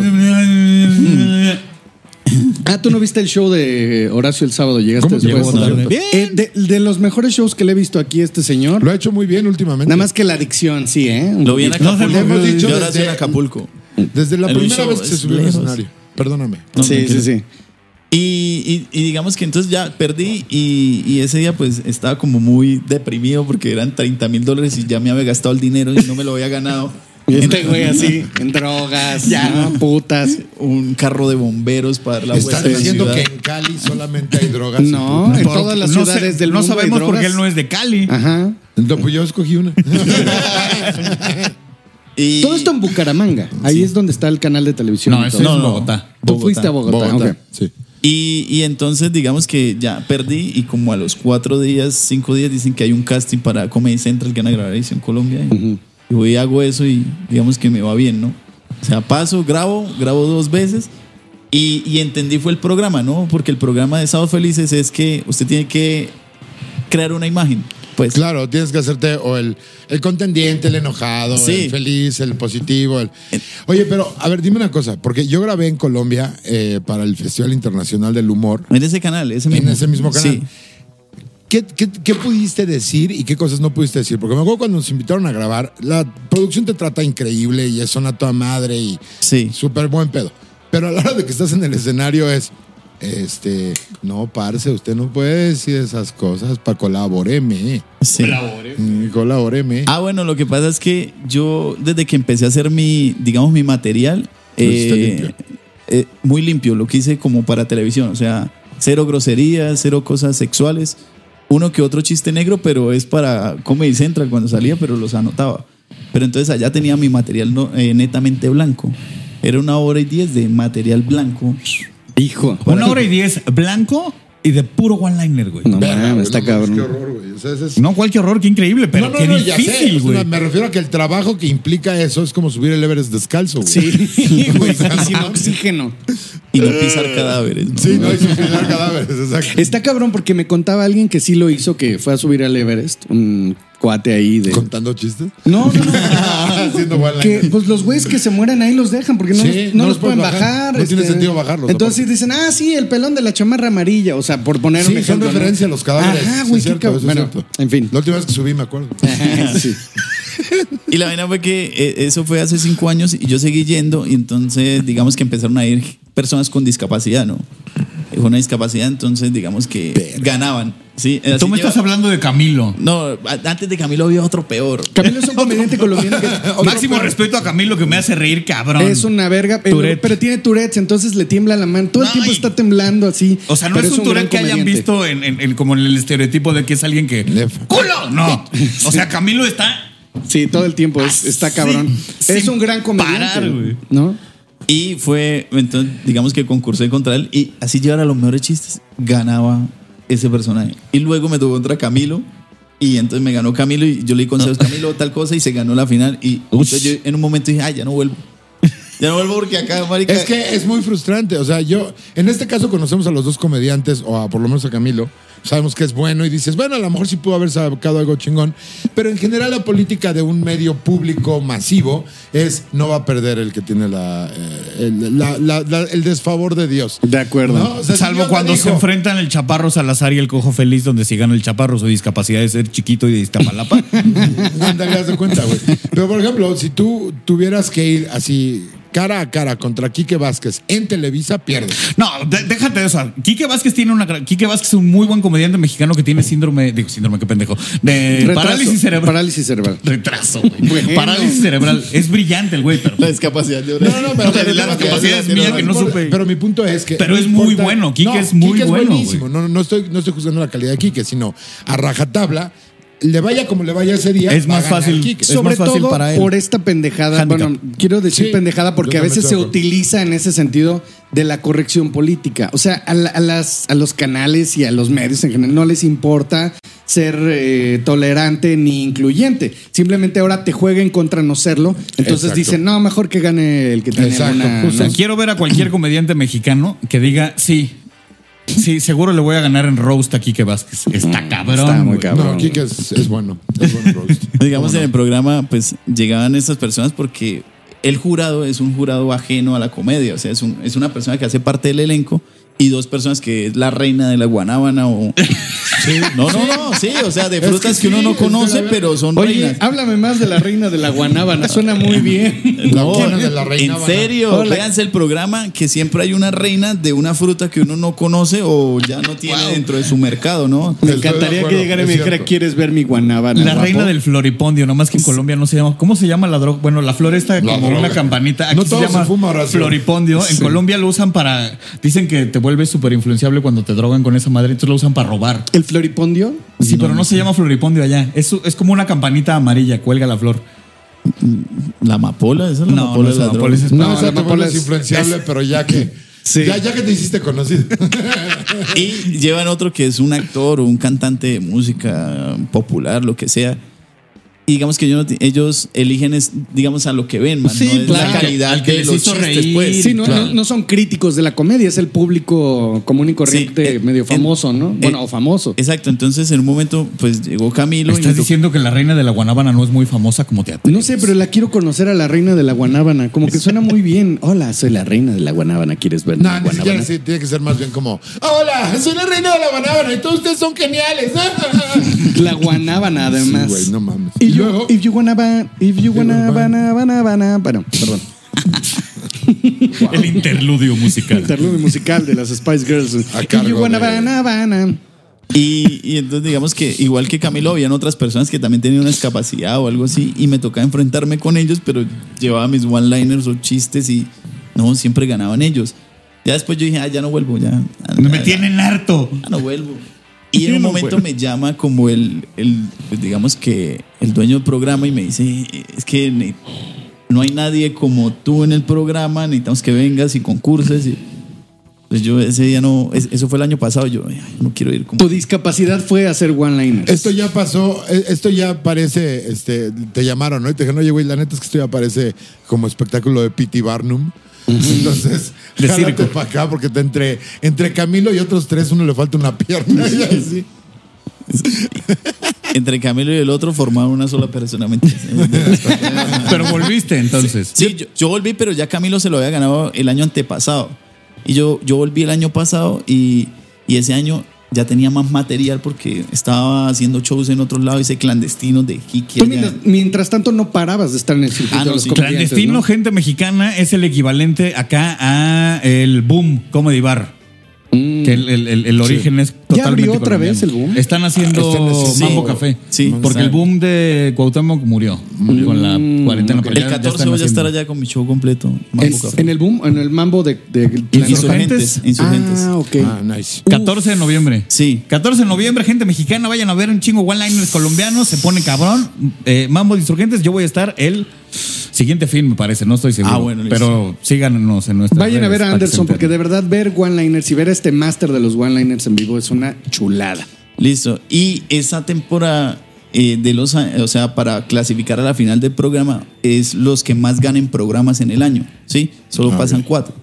S5: Ah, tú no viste el show de Horacio el sábado, llegaste
S1: ¿Cómo
S5: después.
S1: llegó tarde?
S5: Bien. Eh, de, de los mejores shows que le he visto aquí a este señor.
S1: Lo ha hecho muy bien últimamente.
S5: Nada más que la adicción, sí, ¿eh? Un
S4: Lo vi en
S5: poquito.
S4: Acapulco.
S1: le hemos dicho
S4: Yo ahora estoy en
S1: desde-
S4: Acapulco.
S1: Desde la
S4: El
S1: primera
S4: show
S1: vez que se
S4: es
S1: subió al
S4: lejos.
S1: escenario. Perdóname.
S4: No,
S5: Sí, sí,
S4: tranquilo.
S5: sí.
S4: Y, y- y digamos que entonces ya perdí y, y ese día pues estaba como muy deprimido porque eran 30 mil dólares y ya me había gastado el dinero y no me lo había ganado.
S5: Y este güey así, en drogas, ya, putas.
S4: Un carro de bomberos para dar la vuelta.
S1: Estás
S4: a la
S1: diciendo que
S4: ciudad.
S1: en Cali solamente hay drogas.
S5: No, en todas las
S3: no sé-
S5: ciudades del
S3: no
S5: mundo. hay
S3: sabemos por
S5: drogas. Ah,
S3: qué él no es de Cali.
S5: Ajá.
S1: No, pues yo escogí una.
S4: Y-
S5: Todo esto en Bucaramanga. Ahí es donde está el canal de televisión. y todo.
S4: no, no.
S5: Tú
S4: Bogotá.
S5: fuiste a Bogotá.
S1: Bogotá,
S5: ok.
S1: sí.
S4: Y, y entonces digamos que ya perdí y como a los cuatro días, cinco días dicen que hay un casting para Comedy Central que van a grabar Edición Colombia. Y, y voy y hago eso y digamos que me va bien, ¿no? O sea, paso, grabo, grabo dos veces y, y entendí fue el programa, ¿no? Porque el programa de Sábados Felices es que usted tiene que crear una imagen. Pues
S1: Claro, tienes que hacerte o el, el contendiente, el enojado,
S4: Sí. Eh.
S1: el feliz, el positivo. el- Oye, pero a ver, dime una cosa, porque yo grabé en Colombia eh, para el Festival Internacional del Humor,
S4: en ese canal, ese mismo.
S1: en ese mismo canal.
S4: Sí.
S1: ¿Qué, qué, qué pudiste decir y qué cosas no pudiste decir? Porque me acuerdo cuando nos invitaron a grabar, la producción te trata increíble y es una toda madre y
S4: Sí.
S1: súper buen pedo. Pero a la hora de que estás en el escenario es, este, no, parce, usted no puede decir esas cosas para colaboreme.
S4: sí.
S1: Mm, Colaboreme.
S4: Ah, bueno, lo que pasa es que yo desde que empecé a hacer mi, digamos, mi material,
S1: Lo hiciste
S4: eh,
S1: limpio.
S4: eh, muy limpio, lo que hice como para televisión, o sea, cero groserías, cero cosas sexuales, uno que otro chiste negro, pero es para Comedy Central cuando salía, pero los anotaba. Pero entonces allá tenía mi material no- eh, netamente blanco. Era una hora y diez de material blanco.
S5: Hijo.
S3: Una hora y diez, blanco y de puro one-liner, güey.
S5: No,
S3: No.
S1: Verga,
S5: mames,
S1: güey,
S5: está
S1: no mames, Qué
S5: cabrón.
S1: horror, güey. O sea, ese es-
S3: cualquier horror, qué increíble, pero
S1: No, no,
S3: qué
S1: no, ya sé.
S3: difícil,
S1: O sea,
S3: güey.
S1: me refiero a que el trabajo que implica eso es como subir el Everest descalzo, güey.
S5: Sí, güey, y sin oxígeno.
S4: Y no pisar cadáveres. ¿no?
S1: Sí, no, y sujetar cadáveres, exacto.
S5: Está cabrón porque me contaba alguien que sí lo hizo, que fue a subir al Everest. Un cuate ahí de.
S1: Contando chistes.
S5: No, no, no.
S1: Haciendo one
S5: Que,
S1: liner.
S5: pues los güeyes que se mueren ahí los dejan porque no,
S1: Sí,
S5: los, no los pueden bajar. este.
S1: No tiene sentido bajarlos,
S5: Entonces
S1: aparte.
S5: dicen, ah, sí, el pelón de la chamarra amarilla. O sea, por poner
S1: Sí,
S5: un
S1: son
S5: ejemplo. ¿no?
S1: referencia a los cadáveres.
S5: Ajá,
S1: sí,
S5: güey,
S1: es
S5: qué
S1: cierto,
S5: cabrón.
S1: eso es
S5: Bueno,
S1: cierto.
S5: en fin.
S1: La última vez que subí, me acuerdo.
S5: Sí.
S4: Y la vaina fue que eh, eso fue hace cinco años y yo seguí yendo y entonces digamos que empezaron a ir personas con discapacidad, ¿no? Fue una discapacidad, entonces digamos que ganaban. ¿sí? Así
S3: Tú me
S4: lleva-
S3: estás hablando de Camilo.
S4: No, a- antes de Camilo había otro peor.
S5: Camilo es un comediante colombiano que
S3: Máximo respeto a Camilo que me hace reír, cabrón.
S5: es una verga, pero,
S3: Tourette.
S5: pero tiene Tourette's, entonces le tiembla la mano. Todo el
S3: Ay.
S5: tiempo está temblando así.
S3: O sea, no
S5: pero
S3: es un
S5: gran
S3: Tourette que hayan
S5: comediante.
S3: visto en, en- en- como en el estereotipo de que es alguien que.
S1: Lefa.
S3: ¡Culo! No. O sea, Camilo está.
S5: Sí, todo el tiempo es- está cabrón.
S3: sin-
S5: es un gran
S3: Ah, sin
S5: comediante.
S3: parar, güey.
S5: ¿No?
S4: Y fue, entonces digamos que concursé contra él y así llevara los mejores chistes, ganaba ese personaje. Y luego me tocó contra Camilo y entonces me ganó Camilo y yo le di consejos Camilo tal cosa y se ganó la final y entonces yo en un momento dije, ay, ya no vuelvo. Ya no vuelvo porque acá, marica,
S3: Eh,
S1: Es que es muy frustrante. O sea, yo, en este caso conocemos a los dos comediantes, o a, por lo menos a Camilo, sabemos que es bueno y dices, bueno, a lo mejor sí pudo haber sacado algo chingón, pero en general la política de un medio público masivo es no va a perder el que tiene la, eh, el, la- la- la- el desfavor de Dios.
S5: De acuerdo.
S1: ¿No? O sea, si Dios
S3: Salvo
S1: le
S3: cuando se
S1: dijo-
S3: enfrentan el chaparro Salazar y el cojo feliz, donde si gana el chaparro su discapacidad de ser chiquito y de Iztapalapa.
S1: Ándale, haz de cuenta, güey. Pero, por ejemplo, si tú tuvieras que ir así cara a cara contra Quique Vázquez en Televisa, pierdes.
S3: No, de- déjate de eso. Quique Vázquez tiene una. gran- Quique Vázquez es un muy buen comediante mexicano que tiene síndrome. Digo, síndrome, qué pendejo. De
S5: Retraso.
S3: parálisis cerebral.
S5: Eh, Parálisis cerebral.
S3: Retraso, güey.
S5: Bueno.
S3: Parálisis cerebral. Es brillante el güey, pero.
S4: La discapacidad de
S1: No, no, no, pero,
S3: La discapacidad es mía que no
S1: importa.
S3: supe.
S1: Pero mi punto es que.
S3: Pero
S1: no
S3: es muy
S1: importa-
S3: bueno, Quique es muy
S1: Quique
S3: bueno,
S1: buenísimo. No, no, no estoy, no estoy juzgando la calidad de Quique, sino a rajatabla, le vaya como le vaya ese día.
S3: Es
S1: va a
S3: más
S1: ganar
S3: fácil-
S1: Quique.
S3: Es más
S5: Sobre
S3: fácil
S5: todo
S3: para él.
S5: por esta pendejada.
S3: Handicap.
S5: Bueno, quiero decir
S1: Sí,
S5: pendejada porque
S1: yo
S5: a
S1: también
S5: veces se
S1: estoy de acuerdo.
S5: utiliza en ese sentido de la corrección política. O sea, a, la- a las, a los canales y a los medios en general no les importa ser eh, tolerante ni incluyente. Simplemente ahora te jueguen contra no serlo. Entonces
S1: Exacto.
S5: dicen, no, mejor que gane el que tiene
S1: Exacto,
S5: una-
S1: justo.
S5: ¿no?
S3: O sea, quiero ver a cualquier comediante mexicano que diga, sí, sí, seguro le voy a ganar en roast a Quique Vázquez. Está cabrón.
S5: Está muy
S3: güey.
S5: cabrón.
S1: No, Quique es, es bueno. Es buen roast.
S4: Digamos, en el programa, pues llegaban estas personas porque el jurado es un jurado ajeno a la comedia. O sea, es, un- es una persona que hace parte del elenco y dos personas que es la reina de la guanábana o. No, no, no, sí, o sea, de
S1: Es que
S4: frutas que, uno
S1: sí,
S4: no
S1: es de la
S4: conoce,
S1: verga.
S4: pero son
S5: Oye, ah,
S4: reinas.
S5: háblame más de la reina de la guanábana. Suena muy bien.
S1: La buena de la reina.
S4: en
S1: Habana.
S4: serio,
S5: Hola.
S4: véanse el programa que siempre hay una reina de una fruta que uno no conoce o ya no tiene dentro de su mercado, ¿no?
S5: Me
S1: Estoy de
S5: encantaría que
S1: acuerdo,
S5: llegara y
S1: es
S5: me dijera,
S1: cierto.
S5: ¿quieres ver mi guanábana?
S3: La
S5: guapo?"
S3: reina del floripondio, nomás que en Colombia no se llama. ¿Cómo se llama la droga? Bueno, la flor está como
S1: droga.
S3: una campanita. Aquí
S1: No
S3: se
S1: todo se
S3: llama
S1: fuma, Horacio.
S3: floripondio. En Colombia lo usan para. Dicen que te vuelves súper influenciable cuando te drogan con esa madre, entonces lo usan para robar.
S5: ¿El floripondio?
S3: Sí, pero no, se llama floripondio allá. Es, su- es como una campanita amarilla, cuelga la flor.
S4: La amapola, esa es la
S3: No,
S4: amapola.
S3: no
S4: es
S3: es
S4: la
S3: amapola,
S4: droga.
S3: ese es
S1: No,
S5: No,
S1: esa
S5: la
S1: te
S5: amapola
S1: vuelves
S5: es-
S1: influenciable, pero ya que.
S5: Sí.
S1: Ya, ya que te hiciste conocido.
S4: Y llevan otro que es un actor o un cantante de música popular, lo que sea. Y digamos que ellos, no ti- ellos eligen, es, digamos, a lo que ven, man,
S5: Sí,
S4: Ah, no es
S5: claro.
S4: la calidad
S3: Al que
S4: de
S3: les
S4: los
S3: hizo
S4: chistes,
S3: reír.
S4: pues.
S5: Sí, no,
S1: claro.
S5: no- no son críticos de la comedia, es el público común y corriente,
S4: eh,
S5: medio
S4: eh,
S5: famoso, ¿no?
S4: eh,
S5: bueno, o famoso.
S4: Exacto, entonces en un momento, pues llegó Camilo y me
S3: Estás
S4: tocó-
S3: diciendo que la reina de la guanábana no es muy famosa como teatro.
S5: no sé, pero la quiero conocer a la reina de la guanábana. Como que suena muy bien. Hola, soy la reina de la guanábana. ¿Quieres ver mi
S1: No, ni siquiera
S5: guanábana?
S1: así, tiene que ser más bien como: Hola, soy la reina de la banana y todos ustedes son geniales.
S5: La guanábana, además.
S1: Sí, güey, no mames.
S5: Y
S1: Y
S5: yo,
S1: luego-
S5: if you guanábana, if you guanábana, banana, bueno, perdón.
S3: El interludio musical.
S5: Interludio musical de las Spice Girls.
S1: A
S5: If
S1: cargo
S5: you
S1: de-
S5: guanábana, banana.
S4: Y, y entonces digamos que igual que Camilo, habían otras personas que también tenían una discapacidad o algo así y me tocaba enfrentarme con ellos, pero llevaba mis one-liners o chistes y no, siempre ganaban ellos. Ya después yo dije, ah, ya no vuelvo, ya. ya,
S3: Me
S4: ya,
S3: tienen harto.
S4: ya no vuelvo. Y en
S3: Yo
S4: un
S3: no
S4: momento
S3: vuelvo.
S4: me llama como el, el, pues, digamos que el dueño del programa y me dice, es que ne- no hay nadie como tú en el programa, necesitamos que vengas y concurses. Y, pues yo ese día no, es- eso fue el año pasado, yo "Ay, no quiero ir como...
S5: Tu discapacidad fue hacer one-liners.
S1: Esto ya pasó, eh, esto ya parece, este, te llamaron, ¿no? Y te dijeron, oye, güey, la neta es que esto ya parece como espectáculo de P.T. Barnum. Entonces,
S3: De
S1: jálate
S3: circo.
S1: para acá porque te entre, entre Camilo y otros tres, uno le falta una pierna. Y así.
S4: entre Camilo y el otro formaron una sola persona. mentira.
S3: Pero volviste entonces.
S4: Sí, yo, yo volví, pero ya Camilo se lo había ganado el año antepasado. Y yo, yo volví el año pasado y, y ese año ya tenía más material porque estaba haciendo shows en otros lados, hice clandestinos de Kiki.
S5: Tú
S4: allá.
S5: mientras, mientras tanto no parabas de estar en el circuito
S4: Ah, no,
S5: de los
S4: sí.
S5: comediantes,
S3: Clandestino,
S5: ¿no?
S3: gente mexicana, es el equivalente acá a el boom comedy bar. Que el, el- el- el origen es totalmente
S5: Mm. abrió otra
S3: colombiano.
S5: vez el Boom?
S3: Están haciendo
S1: Ah, están haciendo-
S3: Mambo
S1: sí.
S3: Café.
S4: Sí.
S3: Porque el boom de Cuauhtémoc murió
S5: Mm.
S3: con la cuarentena. pero
S4: El
S3: ya- ya
S4: 14
S3: están
S4: voy a estar
S3: haciendo.
S4: allá con mi show completo. Mambo
S5: Es-
S4: Café.
S5: en el boom, en el mambo de, de-
S3: Y
S5: Clandestino.
S4: Insurgentes. Insurgentes.
S5: Ah, ok.
S1: Ah, nice.
S3: 14 de noviembre.
S4: Sí.
S3: 14 de noviembre, gente mexicana, vayan a ver un chingo one-liners colombianos, se pone cabrón. Eh, Mambo de Insurgentes, yo voy a estar el siguiente fin, me parece, no estoy seguro.
S4: Ah, bueno, listo.
S3: pero síganos en nuestra.
S5: Vayan a ver a Anderson porque de verdad ver one-liners y ver a este máster de los one-liners en vivo es una chulada.
S4: Listo. Y esa temporada eh, de los, a- o sea, para clasificar a la final
S5: Ah,
S4: del programa es los que más ganen programas en el año, ¿sí? Solo pasan cuatro.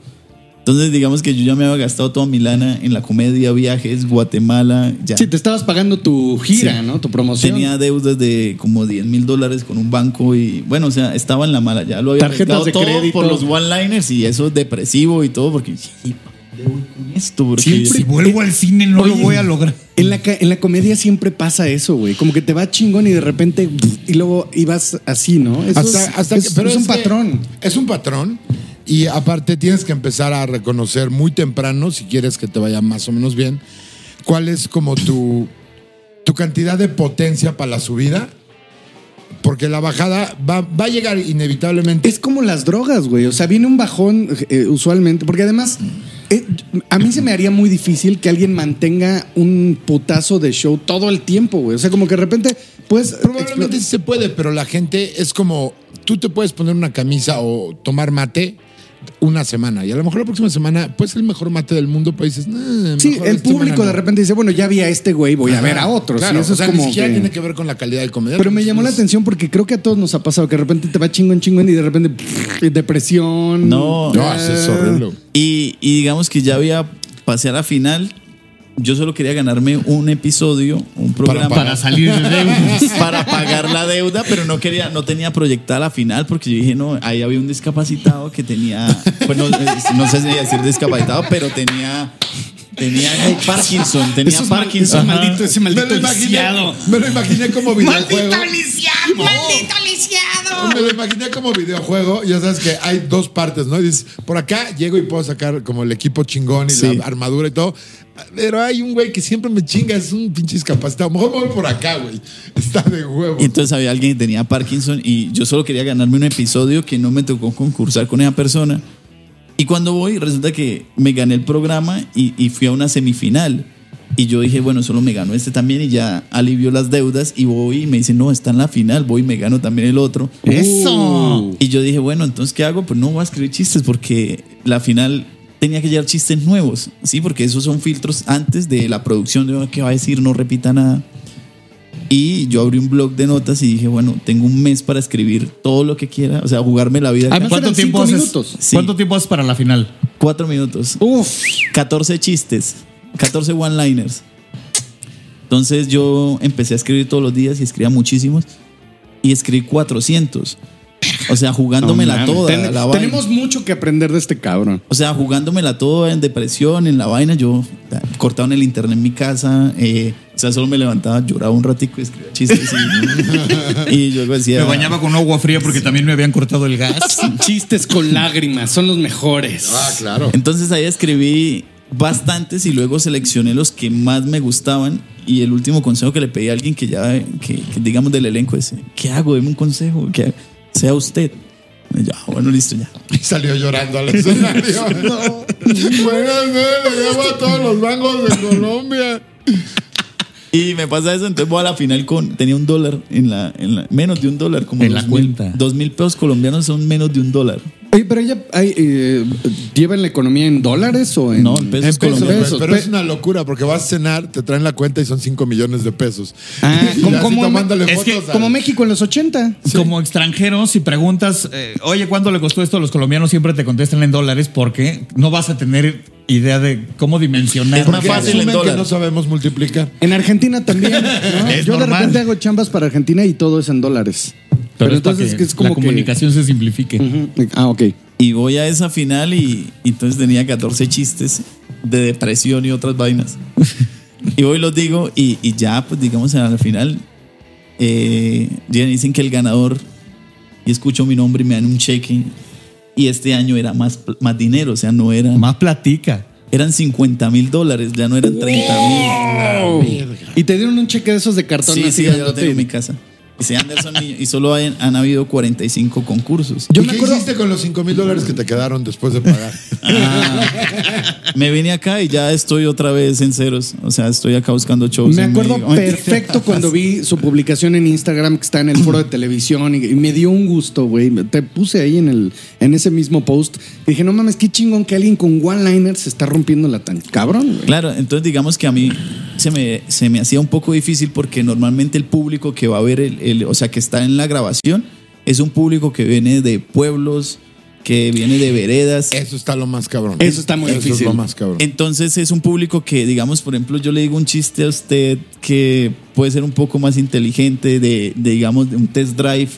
S4: Entonces, digamos que yo ya me había gastado toda mi lana en la comedia, viajes, Guatemala. Ya.
S5: Sí, te estabas pagando tu gira,
S4: Sí.
S5: ¿no? Tu promoción.
S4: Tenía deudas de como 10 mil dólares con un banco y bueno, o sea, estaba en la mala. Ya lo había
S5: Tarjetas
S4: arriesgado
S5: de
S4: todo
S5: crédito.
S4: por los one-liners y eso es depresivo y todo porque sí, ¿qué voy con esto porque
S3: Si vuelvo al cine no lo
S5: Oye.
S3: voy a lograr.
S5: En la, ca- en la comedia siempre pasa eso, güey. Como que te va chingón y de repente. pff, Y luego ibas así, ¿no? Eso
S1: Hasta-
S5: es,
S1: hasta
S5: es-
S1: que- pero
S5: es un
S1: que
S5: patrón.
S1: Es un patrón. Y aparte tienes que empezar a reconocer muy temprano, si quieres que te vaya más o menos bien, cuál es como tu, tu cantidad de potencia para la subida. Porque la bajada va, va a llegar inevitablemente.
S5: Es como las drogas, güey. O sea, viene un bajón eh, usualmente. Porque además, eh, a mí se me haría muy difícil que alguien mantenga un putazo de show todo el tiempo, güey. O sea, como que de repente, pues.
S1: Probablemente sí se puede, pero la gente es como, tú te puedes poner una camisa o tomar mate una semana. Y a lo mejor la próxima semana, pues el mejor mate del mundo, pues dices, "Nah,
S5: Sí,
S1: mejor
S5: el
S1: esta semana
S5: público
S1: no".
S5: de repente dice, bueno, ya vi a este güey, voy a ver a otros.
S1: Claro,
S5: y eso
S1: o sea,
S5: es como
S1: ni siquiera
S5: que-
S1: tiene que ver con la calidad del comediante.
S5: Pero me llamó la atención porque creo que a todos nos ha pasado que de repente te va chingón, chingón y de repente pff, depresión.
S4: No.
S1: No, eso es horrible.
S4: Y, y digamos que ya había pasé a la final. Yo solo quería ganarme un episodio, un programa
S3: Para salir de deudas.
S4: para pagar la deuda, pero no quería, no tenía proyectada la final porque yo dije, no, ahí había un discapacitado que tenía, pues no, no sé si decir discapacitado, pero tenía, tenía eh, Parkinson, tenía
S5: Esos mal-
S4: Parkinson.
S5: esos maldito, ese
S1: Me
S5: maldito
S1: lo imaginé,
S5: lisiado.
S1: me lo imaginé como videojuego.
S6: lisiado! ¡Maldito lisiado!
S1: Me lo imaginé como videojuego. Ya sabes que hay dos partes, ¿no? Y dices, por acá llego y puedo sacar como el equipo chingón y
S4: Sí.
S1: la armadura y todo. Pero hay un güey que siempre me chinga, es un pinche discapacitado. Mejor me voy por acá, güey. Está de huevo.
S4: Y entonces había alguien que tenía Parkinson y yo solo quería ganarme un episodio que no me tocó concursar con esa persona. Y cuando voy, resulta que me gané el programa y, y fui a una semifinal. Y yo dije, bueno, solo me ganó este también y ya alivió las deudas. Y voy y me dicen, no, está en la final, voy y me gano también el otro.
S5: Uh.
S3: ¿Eh? Eso.
S4: Y yo dije, bueno, entonces, ¿qué hago? Pues no voy a escribir chistes porque la final tenía que llevar chistes nuevos, ¿sí? Porque esos son filtros antes de la producción de "Ah, qué va a decir, no repita nada. Y yo abrí un blog de notas y dije, bueno, tengo un mes para escribir todo lo que quiera, o sea, jugarme la vida.
S5: Además,
S3: ¿Cuánto
S5: eran
S3: tiempo,
S5: cinco
S3: haces,
S5: minutos.
S4: Sí.
S3: ¿Cuánto tiempo haces para la final?
S4: Cuatro minutos,
S5: Uf.
S4: 14 chistes, 14 one-liners. Entonces yo empecé a escribir todos los días y escribía muchísimos y escribí 400. O sea, jugándomela
S5: No mames.
S4: toda.
S5: Ten-
S4: la vaina.
S5: tenemos mucho que aprender de este cabrón.
S4: O sea, jugándomela todo en depresión, en la vaina. Yo ta, cortaban el internet en mi casa. eh, o sea, solo me levantaba, lloraba un ratico y escribía chistes. Y, y yo decía...
S3: Me bañaba con agua fría porque también me habían cortado el gas.
S5: Chistes con lágrimas son los mejores.
S1: Ah, claro.
S4: Entonces ahí escribí bastantes y luego seleccioné los que más me gustaban. Y el último consejo que le pedí a alguien que ya, que, que digamos del elenco es, ¿qué hago? Deme un consejo, que sea usted. Y yo, "Ah, bueno, listo, ya.
S1: Y salió llorando al escenario. no. Buenas noches, le llevo a todos los bancos de Colombia.
S4: Y me pasa eso, entonces voy a la final con. Tenía un dólar en la. En la menos de un dólar, como.
S3: En la
S4: dos mil-
S3: cuenta.
S4: Dos mil pesos colombianos son menos de un dólar.
S5: Oye, pero ella ay, eh, lleva en la economía en dólares o en.
S4: No, en pesos colombianos.
S1: Pero, pero es una locura porque vas a cenar, te traen la cuenta y son 5 millones de pesos.
S5: Ah,
S1: Y
S5: como,
S1: así
S5: como-
S1: tomándole
S3: es que
S1: fotos al-
S5: como México en los 80.
S3: Como extranjero, si preguntas, eh, oye, ¿cuánto le costó esto? Los colombianos siempre te contestan en dólares porque no vas a tener idea de cómo dimensionar.
S4: Es más
S1: Que
S4: fácil en
S1: asumen que
S4: dólar.
S1: no sabemos multiplicar.
S5: En Argentina también. ¿no?
S3: Es
S5: Yo de
S3: normal.
S5: repente hago chambas para Argentina y todo es en dólares. Pero,
S3: Pero, es para
S5: entonces
S3: que
S5: es, como
S3: la
S5: que-
S3: comunicación se simplifique.
S5: Ujú. Ah, ok.
S4: Y voy a esa final y, y entonces tenía 14 chistes de depresión y otras vainas. y voy y los digo y, y ya, pues digamos, a la final. Eh, llegan y dicen que el ganador. Y escucho mi nombre y me dan un cheque. Y este año era más, pl- más dinero, o sea, no era.
S3: Más platica.
S4: Eran 50 mil dólares, ya no eran 30 mil.
S5: Y te dieron un cheque de esos de cartón.
S4: Sí,
S5: así
S4: sí,
S5: de
S4: yo lo tengo en mi casa. Dice Anderson y, y solo hay- han habido 45 concursos.
S1: Yo
S5: me
S1: ¿Qué
S5: acuerdo-
S1: hiciste con los 5 mil dólares que te quedaron después de pagar?
S4: Me vine acá y ya estoy otra vez en ceros. O sea, estoy acá buscando shows.
S1: Pues,
S5: Me
S4: en
S5: acuerdo
S4: México.
S5: perfecto cuando vi su publicación en Instagram que está en el foro de televisión y, y me dio un gusto, güey. Te puse ahí en el en ese mismo post. Y dije, no mames, qué chingón que alguien con one liner se está rompiendo la tan cabrón, güey.
S4: Claro, entonces digamos que a mí se me, se me hacía un poco difícil porque normalmente el público que va a ver, el, el- o sea, que está en la grabación, es un público que viene de pueblos, que viene de veredas.
S1: Eso está lo más cabrón.
S5: Eso está muy
S1: Eso
S5: difícil.
S1: es lo más cabrón.
S4: Entonces es un público que, digamos, por ejemplo, yo le digo un chiste a usted que puede ser un poco más inteligente de, de, digamos, de un test drive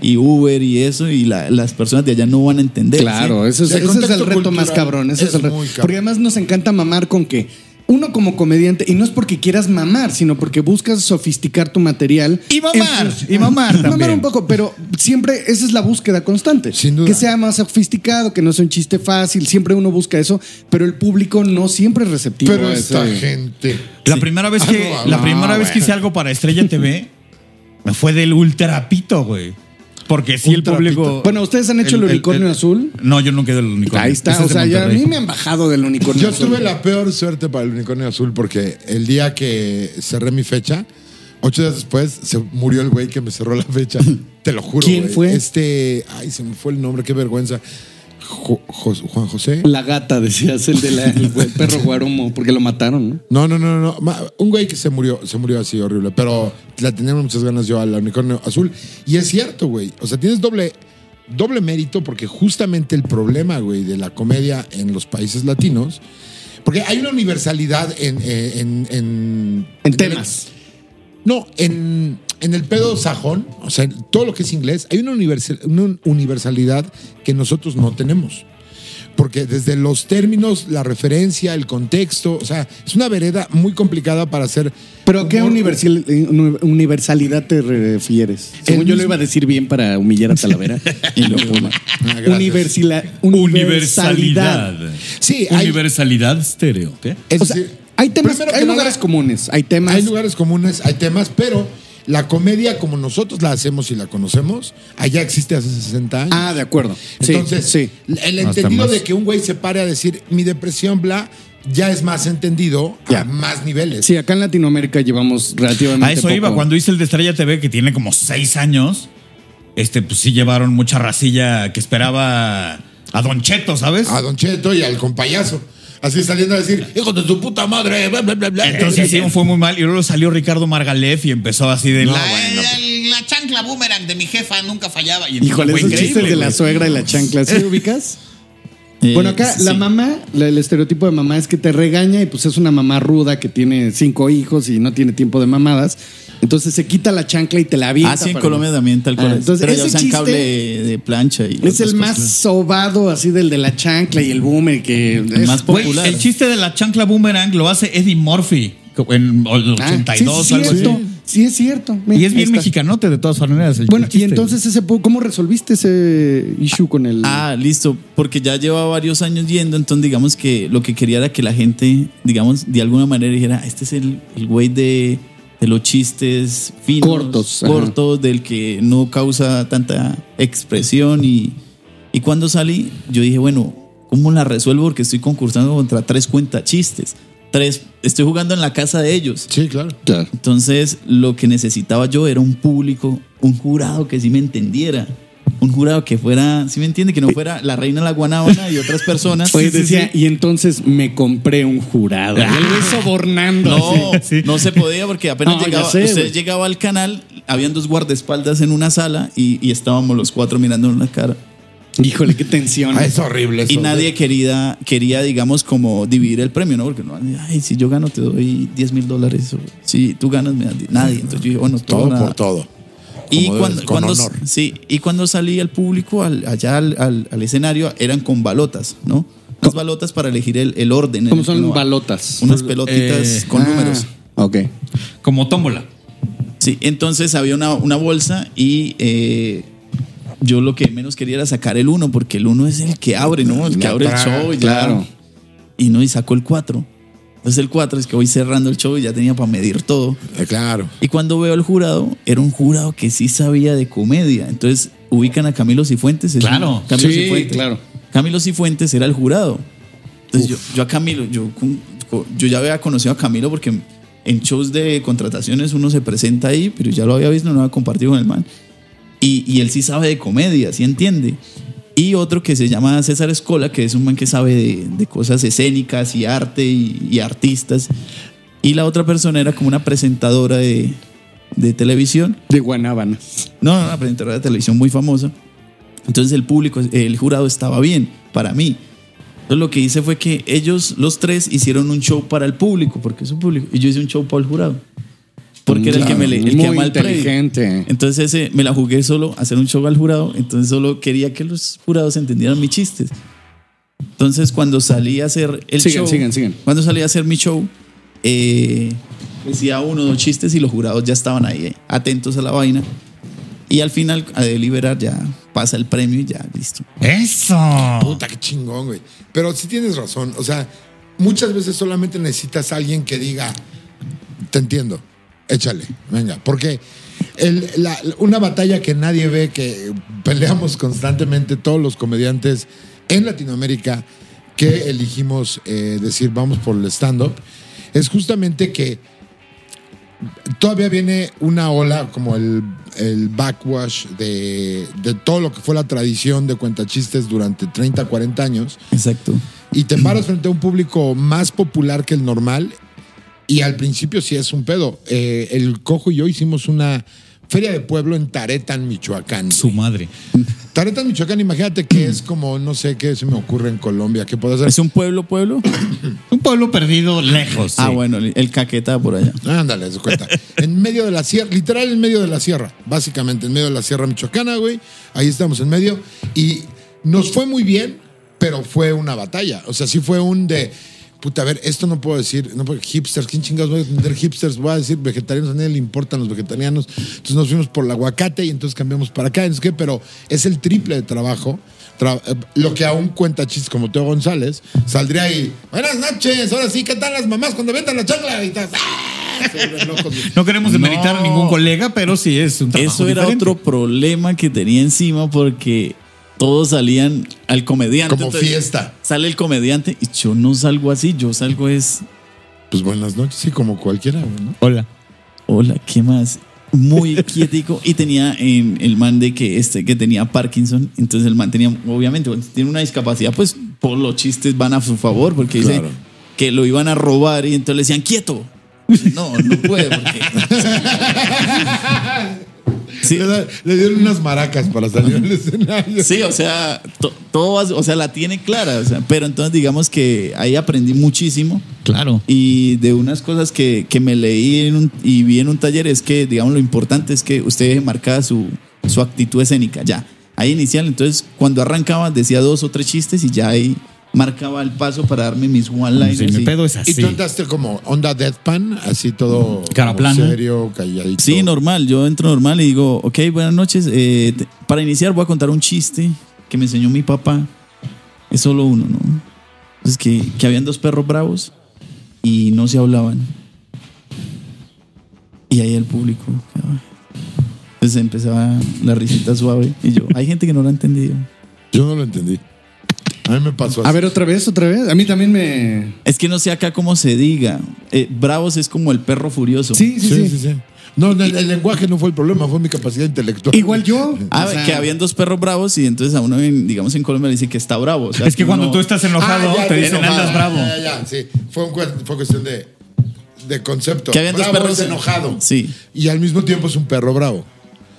S4: y Uber y eso, y la- las personas de allá no van a entender.
S5: Claro, eso es,
S1: El
S5: ese es el
S1: contexto
S5: reto
S1: cultural
S5: más cabrón. ese
S1: es
S5: es el reto.
S1: muy cabrón.
S5: Porque además nos encanta mamar con que uno como comediante, y no es porque quieras mamar, sino porque buscas sofisticar tu material.
S3: Y mamar,
S5: en función-
S3: y mamar
S5: Mamar
S3: también.
S5: un poco, pero siempre esa es la búsqueda constante.
S1: Sin duda.
S5: Que sea más sofisticado, que no sea un chiste fácil, siempre uno busca eso, pero el público no siempre es receptivo.
S1: Pero
S5: a
S1: esta
S5: ese-
S1: gente.
S3: La primera vez que,
S1: Ah, no,
S3: la
S1: no,
S3: primera vez que
S1: güey.
S3: hice algo para Estrella TV, me fue del ultrapito, güey. Porque sí
S1: Un
S3: el público.
S1: trapito.
S5: Bueno, ¿ustedes han hecho el, unicornio azul?
S3: No, yo no quedé el unicornio.
S5: Ahí está,
S3: Ese
S5: o
S3: es de
S5: sea, ya a
S3: Monterrey.
S5: mí me han bajado del unicornio
S1: Yo
S5: azul.
S1: tuve la peor suerte para el unicornio azul porque el día que cerré mi fecha, ocho días después, se murió el güey que me cerró la fecha. Te lo juro.
S5: ¿Quién
S1: güey.
S5: fue?
S1: Este. Ay, se me fue el nombre, qué vergüenza. Jo- Jos- Juan José.
S5: La gata, decías, el del perro guaromo, porque lo mataron, ¿no?
S1: No, no, no, no. Ma- Un güey que se murió, se murió así horrible, pero la teníamos muchas ganas yo al unicornio azul. Y es cierto, güey. O sea, tienes doble, doble mérito porque justamente el problema, güey, de la comedia en los países latinos, porque hay una universalidad en... eh, en, en-
S5: En temas.
S1: no, en, en el pedo sajón, o sea, en todo lo que es inglés, hay una, universal- una universalidad que nosotros no tenemos. Porque desde los términos, la referencia, el contexto, o sea, es una vereda muy complicada para hacer.
S5: ¿Pero a qué
S1: humor.
S5: universal- eh, uni- universalidad te refieres? Según
S1: El
S5: yo lo
S1: mismo-
S5: iba a decir bien para humillar a Talavera.
S4: Y lo pone.
S1: Ah, gracias.
S5: Universila-
S3: Universalidad.
S5: universalidad.
S1: Sí, hay,
S3: Universalidad estéreo, ¿qué?
S1: es
S5: O sea,
S1: decir,
S5: hay temas,
S1: primero
S5: hay
S1: que nada,
S5: lugares comunes, hay temas.
S1: Hay lugares comunes, hay temas, pero la comedia como nosotros la hacemos y la conocemos, allá existe hace 60 años.
S5: Ah, de acuerdo. Sí,
S1: Entonces,
S5: sí.
S1: el
S3: Hasta
S1: entendido
S3: más.
S1: de que un güey se pare a decir mi depresión, bla, ya es más entendido
S5: Ya.
S1: a más niveles.
S5: Sí, acá en Latinoamérica llevamos relativamente.
S3: A eso
S5: poco.
S3: iba. Cuando hice el de Estrella TV, que tiene como seis años, este, pues sí llevaron mucha racilla que esperaba a Don Cheto, ¿sabes?
S1: A Don Cheto y al compayazo. Así saliendo a decir, hijo de tu puta madre, bla, bla, bla, bla.
S3: Entonces sí, fue muy mal. Y luego salió Ricardo Margalef y empezó así de.
S6: La,
S3: "La- la-
S6: la- la chancla boomerang de mi jefa nunca fallaba. Y entonces
S5: Híjole,
S3: Fue
S5: esos
S3: increíble,
S5: chistes de la
S3: güey.
S5: suegra y la chancla, ¿sí ubicas?
S4: Eh,
S5: Bueno, acá la
S4: sí.
S5: mamá, la- el estereotipo de mamá es que te regaña y pues es una mamá ruda que tiene cinco hijos y no tiene tiempo de mamadas. Entonces se quita la chancla y te la avienta.
S4: Ah, sí, en
S5: para-
S4: Colombia también tal cual.
S5: Ah, entonces,
S4: Pero ya
S5: ese
S4: usan
S5: chiste
S4: cable de plancha. Y
S5: Es
S4: otras
S5: el más
S4: cosas.
S5: sobado así del de la chancla y el boomer que... es-
S4: más
S3: Güey,
S4: popular.
S3: el chiste de la chancla boomerang lo hace Eddie Murphy en el
S5: Ah,
S3: 82
S5: sí, es
S3: algo así.
S5: cierto. Sí, es cierto. Mira,
S3: Y es bien
S5: ahí está.
S3: mexicanote de todas maneras. el-
S5: Bueno,
S3: el
S5: y
S3: chiste.
S5: entonces ese pu- ¿cómo resolviste ese issue con el...?
S4: Ah, listo, porque ya lleva varios años yendo, entonces digamos que lo que quería era que la gente, digamos, de alguna manera dijera, "Ah, este es el el güey de, de los chistes finos,
S5: Cortos, ajá.
S4: cortos, del que no causa tanta expresión. Y, y cuando salí, yo dije, bueno, ¿cómo la resuelvo? Porque estoy concursando contra tres cuentas chistes. Tres, estoy jugando en la casa de ellos.
S1: Sí, claro.
S4: Entonces, lo que necesitaba yo era un público, un jurado que sí me entendiera. Un jurado que fuera, ¿sí me entiende? Que no fuera la reina de la guanábana y otras personas.
S5: Oye,
S4: Sí, sí,
S5: Pues decía,
S4: sí. Ah.
S5: y entonces me compré un jurado. Y él me sobornando.
S4: No,
S5: así.
S4: no se podía porque apenas
S5: No, ya
S4: llegaba,
S5: sé,
S4: usted
S5: güey.
S4: llegaba al canal, habían dos guardaespaldas en una sala y, y estábamos los cuatro mirándonos la cara.
S5: Híjole, qué tensión.
S1: Ah, es horrible eso.
S4: Y nadie quería, quería, digamos, como dividir el premio, ¿no? Porque no, ay, si yo gano te doy 10 mil dólares, o si tú ganas me das 10. Nadie. Entonces yo dije, bueno,
S1: Todo
S4: nada.
S1: por todo.
S4: Y
S1: Como
S4: cuando,
S1: debes, con
S4: cuando-
S1: honor.
S4: sí, y cuando salía el público al- allá al, al- al escenario, eran con balotas, ¿no? Las balotas para elegir el, el orden. en
S5: ¿Cómo
S4: el
S5: son
S4: que uno va.
S5: balotas?
S4: Unas pelotitas
S3: Eh,
S4: con
S5: Ah,
S4: números.
S5: Ok.
S3: Como tómbola.
S4: Sí, entonces había una, una bolsa y eh, yo lo que menos quería era sacar el uno, porque el uno es el que abre, ¿no? El que
S1: La
S4: abre el
S1: traga,
S4: show. y ya.
S5: Claro.
S4: Y no, y sacó el cuatro. Entonces el cuatro es que voy cerrando el show y ya tenía para medir todo.
S1: Eh, claro.
S4: Y cuando veo al jurado, era un jurado que sí sabía de comedia. Entonces ubican a Camilo Cifuentes. ¿es
S3: Claro.
S4: un- Camilo
S5: Sí,
S4: Cifuentes.
S5: claro.
S4: Camilo Cifuentes era el jurado. Entonces yo, yo a Camilo, yo, con- con- yo ya había conocido a Camilo porque en shows de contrataciones uno se presenta ahí, pero ya lo había visto, no lo había compartido con el man. Y, y él sí sabe de comedia, sí entiende. Y otro que se llama César Escola, que es un man que sabe de, de cosas escénicas y arte y, y artistas. Y la otra persona era como una presentadora de, de televisión.
S5: De Guanábana.
S4: No, no, una presentadora de televisión muy famosa. Entonces el público, el jurado estaba bien para mí. Entonces lo que hice fue que ellos, los tres, hicieron un show para el público, porque es un público, y yo hice un show para el jurado. Porque era el que me le, el
S5: Muy
S4: que ama el predio.
S5: inteligente.
S4: Entonces ese, me la jugué solo hacer un show al jurado, entonces solo quería que los jurados entendieran mis chistes. Entonces cuando salí a hacer el
S5: Sigan,
S4: show,
S5: sigan, sigan.
S4: cuando salí a hacer mi show, eh, decía uno o dos chistes y los jurados ya estaban ahí, eh, atentos a la vaina. Y al final, a deliberar, ya pasa el premio y ya, listo.
S3: Eso.
S1: Puta, qué chingón, güey. Pero sí tienes razón. O sea, muchas veces solamente necesitas a alguien que diga, te entiendo, échale, venga. Porque el- la- una batalla que nadie ve, que peleamos constantemente todos los comediantes en Latinoamérica que elegimos eh, decir vamos por el stand-up, es justamente que todavía viene una ola como el, el backwash de, de todo lo que fue la tradición de cuentachistes durante 30, 40 años
S4: Exacto.
S1: y te paras frente a un público más popular que el normal y al principio sí es un pedo. Eh, el Cojo y yo hicimos una feria de pueblo en Taretan, Michoacán.
S3: Su madre.
S1: Taretan, Michoacán, imagínate que es como, no sé qué se me ocurre en Colombia, que puede
S4: ¿Es
S1: ser.
S4: un pueblo, pueblo?
S3: Un pueblo perdido lejos.
S4: Ah,
S3: sí.
S4: bueno, el, el caqueta por allá.
S1: Ah, Ándale, haz de cuenta. En medio de la sierra, literal en medio de la sierra, básicamente, en medio de la sierra michoacana, güey. Ahí estamos en medio. Y nos fue muy bien, pero fue una batalla. O sea, sí fue un de. Puta, a ver, esto no puedo decir, no puedo, hipsters, ¿quién chingados voy a entender hipsters? Voy a decir vegetarianos, a nadie le importan los vegetarianos. Entonces nos fuimos por el aguacate y entonces cambiamos para acá, no sé qué, pero es el triple de trabajo. Tra- eh, lo que aún cuenta chistes como Teo González, saldría ahí, buenas noches, ahora sí, ¿qué tal las mamás cuando ventan la chancla? Y tal, ¡ah! Se vuelven locos.
S3: No queremos demeritar a
S4: No.
S3: ningún colega, pero sí es un trabajo
S4: Eso era
S3: diferente.
S4: otro problema que tenía encima porque todos salían al comediante.
S1: Como
S4: Entonces,
S1: fiesta.
S4: Sale el comediante y yo no salgo así, yo salgo es,
S1: Pues buenas noches, sí, como cualquiera, güey, ¿no?
S3: Hola.
S4: hola, ¿qué más? Muy quietico y tenía en el man de que este que tenía Parkinson, entonces el man tenía obviamente cuando tiene una discapacidad, pues por los chistes van a su favor porque
S1: Claro.
S4: dice que lo iban a robar y entonces le decían quieto. No, no puede porque Sí.
S1: Le, da- le dieron unas maracas para salir al escenario.
S4: Sí, o sea, to- todo, as- o sea, la tiene clara, o sea, pero entonces digamos que ahí aprendí muchísimo
S3: Claro.
S4: y de unas cosas que, que me leí en un- y vi en un taller es que, digamos, lo importante es que usted deje marcada su, su actitud escénica, ya, ahí inicial, entonces cuando arrancaba decía dos o tres chistes y ya ahí marcaba el paso para darme mis one-liners.
S3: Si mi
S4: y-
S3: pedo es
S1: Y
S3: así.
S1: tú entraste como onda deadpan, así todo
S3: Cara
S1: como
S3: plana.
S1: serio, calladito.
S4: Sí, normal. Yo entro normal y digo, ok, buenas noches. eh, te- para iniciar voy a contar un chiste que me enseñó mi papá. Es solo uno, ¿no? Entonces que, que habían dos perros bravos y no se hablaban. Y ahí el público. quedaba. Entonces empezaba la risita suave. Y yo, hay gente que no lo ha entendido.
S1: Yo no lo entendí. A mí me pasó así.
S5: A ver, otra vez, otra vez. A mí también me.
S4: Es que no sé acá cómo se diga. Eh, bravos es como el perro furioso.
S5: Sí, sí, sí.
S1: No, no, el, el lenguaje no fue el problema, fue mi capacidad intelectual.
S5: Igual yo.
S4: Ah,
S5: o sea,
S4: que habían dos perros bravos y entonces a uno, en- digamos, en Colombia le dicen que está bravo. o sea,
S3: Es que cuando
S4: uno-
S3: tú estás enojado,
S1: Ah, ya,
S3: te
S1: ya,
S3: dicen
S1: enojado.
S3: andas bravo.
S1: Ya, ya, ya, sí. Fue, un cue- fue cuestión de, de concepto.
S4: Que habían dos
S1: bravo
S4: perros-
S1: es enojado.
S4: Sí.
S1: Y al mismo tiempo es un perro bravo.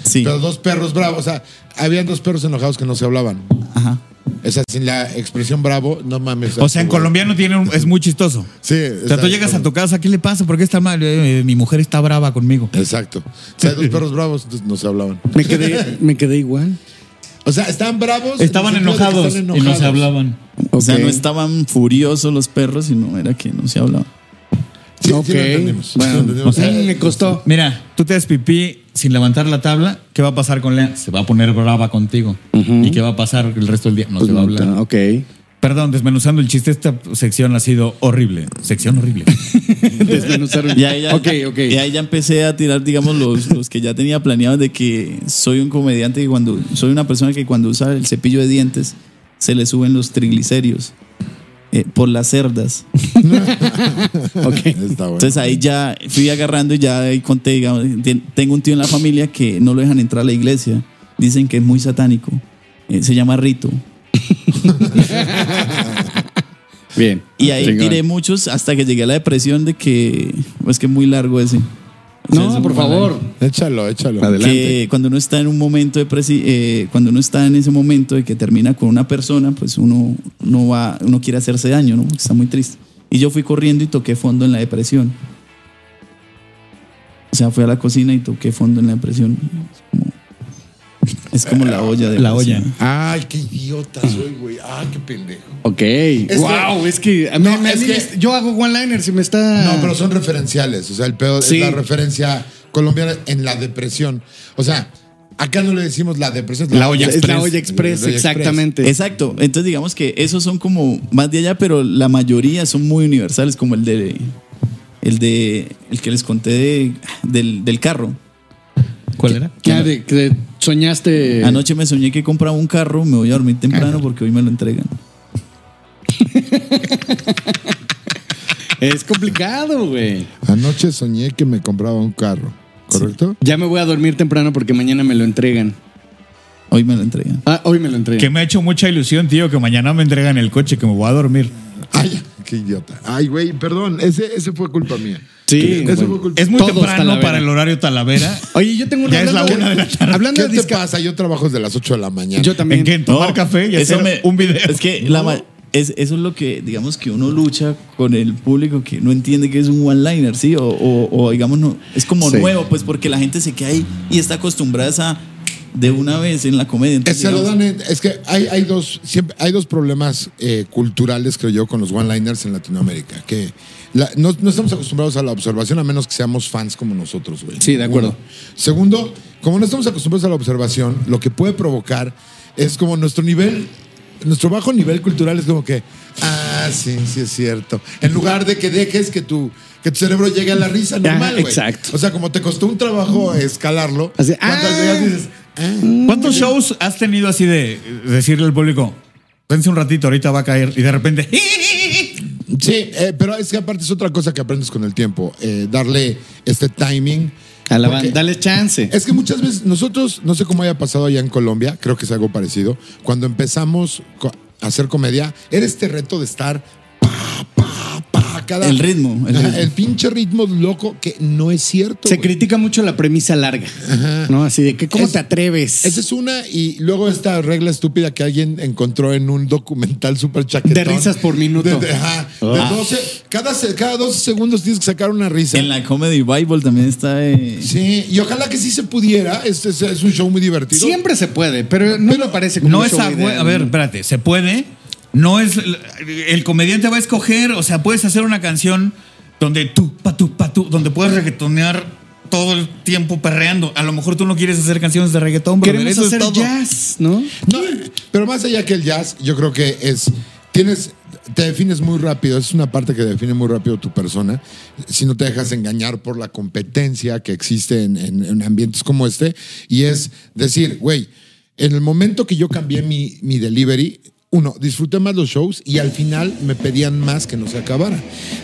S4: Sí.
S1: Pero dos perros bravos. O sea, habían dos perros enojados que no se hablaban.
S4: Ajá.
S1: Esa sin la expresión bravo, no mames.
S3: O sea, en colombiano tiene un- es muy chistoso.
S1: Sí.
S3: O sea, tú llegas a tu casa, ¿qué le pasa? ¿Por qué está mal? Eh, mi mujer está brava conmigo.
S1: Exacto. O sea, hay dos perros bravos, entonces no se hablaban.
S5: me, quedé, me quedé igual.
S1: O sea, estaban bravos. en
S3: Estaban
S1: el sentido de que
S3: enojados,
S1: están
S3: y no
S1: enojados.
S3: se hablaban.
S4: O sea,
S5: Ok.
S4: no estaban furiosos los perros, sino era que no se hablaba.
S1: Sí,
S5: Ok.
S1: sí, lo entendimos. Sí,
S5: Bueno,
S1: lo entendimos.
S5: o sea, me costó.
S3: Mira, tú te das pipí sin levantar la tabla, ¿qué va a pasar con Lea? Se va a poner brava contigo. ¿Y qué va a pasar el resto del día? No
S5: Pues
S3: se va a
S5: no,
S3: hablar.
S5: ta- ok.
S3: Perdón, desmenuzando el chiste, esta sección ha sido horrible. Sección horrible.
S5: Desmenuzaron.
S4: Y ahí ya,
S5: Ok, ok.
S4: y ahí ya empecé a tirar, digamos, los, los que ya tenía planeados de que soy un comediante y cuando soy una persona que cuando usa el cepillo de dientes se le suben los triglicéridos eh, por las cerdas.
S5: ok.
S1: Está bueno.
S4: Entonces ahí ya fui agarrando y ya ahí conté, digamos, ten- tengo un tío en la familia que no lo dejan entrar a la iglesia. Dicen que es muy satánico. Eh, se llama Rito.
S5: Bien.
S4: Y ahí
S5: Chingón.
S4: tiré muchos hasta que llegué a la depresión de que es que es pues, muy largo ese. O sea, es
S5: No,
S4: un
S5: por
S4: buen
S5: favor.
S4: año.
S1: Échalo, échalo.
S4: que cuando uno está en un momento de presi- eh, cuando uno está en ese momento de que termina con una persona, pues uno no va, uno quiere hacerse daño, ¿no? Está muy triste. Y yo fui corriendo y toqué fondo en la depresión. O sea, fui a la cocina y toqué fondo en la depresión. Es como, es como la olla de
S3: La olla.
S4: presión.
S1: Ay, qué idiota soy, güey. Ah, qué pendejo.
S5: Ok.
S1: que-
S5: wow, es que. a mí-
S1: No,
S5: me- a
S1: es
S5: mí
S1: que-
S5: me- yo hago one-liners y me está.
S1: No, pero son referenciales. O sea, el pedo
S5: Mm. Sí.
S1: es la referencia colombiana en la depresión. O sea, acá no le decimos la depresión. es
S5: La olla es la olla express,
S1: La olla express.
S5: exactamente.
S4: Exacto. Entonces digamos que esos son como más de allá, pero la mayoría son muy universales, como el de el de el que les conté de- del, del carro.
S3: ¿Cuál era?
S5: Ya de- que soñaste.
S4: Anoche me soñé que compraba un carro, me voy a dormir temprano porque hoy me lo entregan.
S5: Es complicado, güey.
S1: Anoche soñé que me compraba un carro, ¿correcto?
S5: Ya me voy a dormir temprano porque mañana me lo entregan.
S4: Hoy me lo entregan.
S5: Ah, hoy me lo entregan.
S3: Que me ha hecho mucha ilusión, tío, que mañana me entregan el coche, que me voy a dormir.
S1: Ay, qué idiota. Ay, güey, perdón. Ese, ese fue culpa mía.
S5: Sí,
S1: Ese
S5: güey.
S1: fue culpa
S3: Es muy
S5: Todos
S3: temprano
S5: Talavera.
S3: para el horario Talavera.
S5: Oye, yo tengo una.
S3: Ya es la una de la tarde.
S5: Hablando
S1: ¿Qué
S5: de
S1: te
S5: disca-
S1: pasa? Yo trabajo desde las 8 de la mañana.
S5: Yo
S3: ¿En
S5: también.
S3: qué? ¿En tomar café y
S4: eso
S3: hacer
S4: me-
S3: un video?
S4: Es que la ma- es- eso es lo que, digamos, que uno lucha con el público que no entiende que es un one-liner, ¿sí? O, o- o, digamos, no, es como
S5: Sí.
S4: nuevo, pues porque la gente se queda ahí y está acostumbrada a esa de una vez en la comedia.
S1: Eh,
S4: Entonces,
S1: se lo
S4: digamos-
S1: dan en- es que hay, hay dos siempre hay dos problemas eh, culturales creo yo con los one liners en Latinoamérica que la- no, no estamos acostumbrados a la observación a menos que seamos fans como nosotros güey
S5: Sí, de acuerdo.
S1: Uno. segundo como no estamos acostumbrados a la observación lo que puede provocar es como nuestro nivel nuestro bajo nivel cultural es como que ah sí sí es cierto en lugar de que dejes que tu que tu cerebro llegue a la risa normal güey.
S5: exacto.
S1: o sea como te costó un trabajo escalarlo
S5: Así,
S1: ¿cuántas
S5: ah.
S1: veces dices ah?
S3: ¿Cuántos shows has tenido así de decirle al público, pense un ratito, ahorita va a caer y de repente...
S1: Sí, eh, pero es que aparte es otra cosa que aprendes con el tiempo, eh, darle este timing.
S5: A la
S1: Porque
S5: banda. Dale chance.
S1: Es que muchas veces nosotros, no sé cómo haya pasado allá en Colombia, creo que es algo parecido, cuando empezamos co- a hacer comedia, era este reto de estar... Pa, pa, pa, cada,
S4: El ritmo, el
S1: Ajá,
S4: ritmo.
S1: el pinche ritmo loco que no es cierto.
S5: Se
S1: güey.
S5: critica mucho la premisa larga. ¿No? Así de que, ¿cómo
S1: Es-
S5: te atreves?
S1: Esa es una, y luego esta regla estúpida que alguien encontró en un documental súper chaquetón.
S5: De risas por minuto.
S1: De- de- ajá, de
S4: Ah.
S1: 12, cada, se- cada 12 segundos tienes que sacar una risa.
S4: En la Comedy Bible también está. eh,
S1: Sí, y ojalá que sí se pudiera. Este Es, es- es un show muy divertido.
S5: Siempre se puede, pero no me parece como
S3: No
S5: un
S3: es
S5: show
S3: a hue-
S5: ideal.
S3: A ver, espérate, ¿se puede? No es. El comediante va a escoger, o sea, puedes hacer una canción donde tú, pa tú, pa tú, donde puedes reggaetonear todo el tiempo perreando. A lo mejor tú no quieres hacer canciones de reggaetón, pero
S5: Queremos
S3: eso es
S5: hacer
S3: todo.
S5: jazz, ¿no?
S1: No, pero más allá que el jazz, yo creo que es. Tienes. Te defines muy rápido, es una parte que define muy rápido tu persona. Si no te dejas engañar por la competencia que existe en, en- en ambientes como este, y es decir, güey, en el momento que yo cambié mi, mi delivery, uno, disfruté más los shows y al final me pedían más que no se acabara.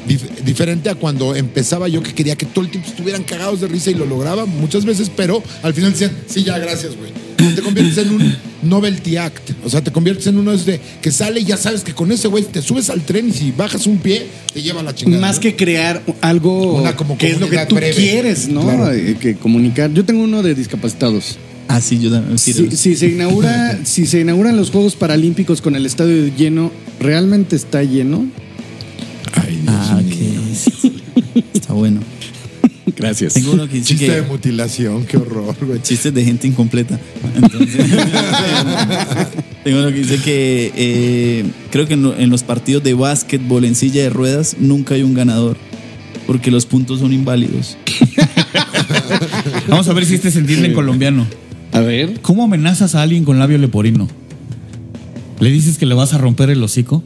S1: Dif- diferente a cuando empezaba yo que quería que todo el tiempo estuvieran cagados de risa y lo lograba muchas veces, pero al final decían, sí, ya, gracias, güey. Te conviertes en un novelty act. O sea, te conviertes en uno de esos de que sale y ya sabes que con ese güey te subes al tren y si bajas un pie, te lleva a la chingada.
S5: Más
S1: ¿no?
S5: que crear algo
S1: Una como
S5: que es lo que
S1: comunidad
S5: tú
S1: breve.
S5: quieres, ¿no?
S1: Claro.
S5: Eh, Que comunicar. Yo tengo uno de discapacitados.
S4: Ah, sí, yo también. sí,
S5: Si, si se inaugura, si se inauguran los Juegos Paralímpicos con el estadio lleno, ¿realmente está lleno?
S1: Ay, Dios
S4: Ah,
S1: mío.
S4: ok. sí, sí. Está bueno.
S5: Gracias.
S4: Tengo uno que dice
S1: Chiste de
S4: que.
S1: mutilación, qué horror, güey.
S4: Chistes de gente incompleta. Entonces, tengo uno que dice que eh, creo que en, lo- en los partidos de básquetbol en silla de ruedas nunca hay un ganador porque los puntos son inválidos.
S3: Vamos a ver si este se entiende en colombiano.
S5: A ver.
S3: ¿Cómo amenazas a alguien con labio leporino? ¿Le dices que le vas a romper el hocico?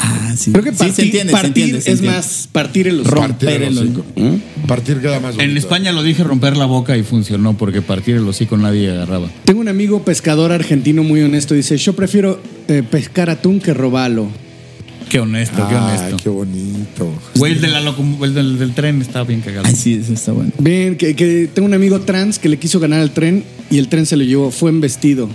S4: Ah, sí.
S5: Creo que
S4: Sí,
S5: partir,
S4: se entiende, se
S5: partir
S4: entiende, se
S5: es
S4: entiende.
S5: más partir el los
S4: Romper
S1: Partir el
S4: el
S1: hocico.
S4: ¿Mm?
S1: Partir queda más
S3: En
S1: bonito.
S3: España lo dije romper la boca y funcionó porque partir el hocico nadie agarraba.
S5: Tengo un amigo pescador argentino muy honesto. Dice: Yo prefiero eh, pescar atún que robalo.
S3: Qué honesto, Ah, qué
S1: Ay,
S3: honesto.
S1: qué bonito.
S3: Güey, el, de la locom- el del, del tren está bien cagado.
S4: Ay, sí, eso está bueno.
S5: Ven, que, que tengo un amigo trans que le quiso ganar al tren y el tren se lo llevó. Fue en vestido.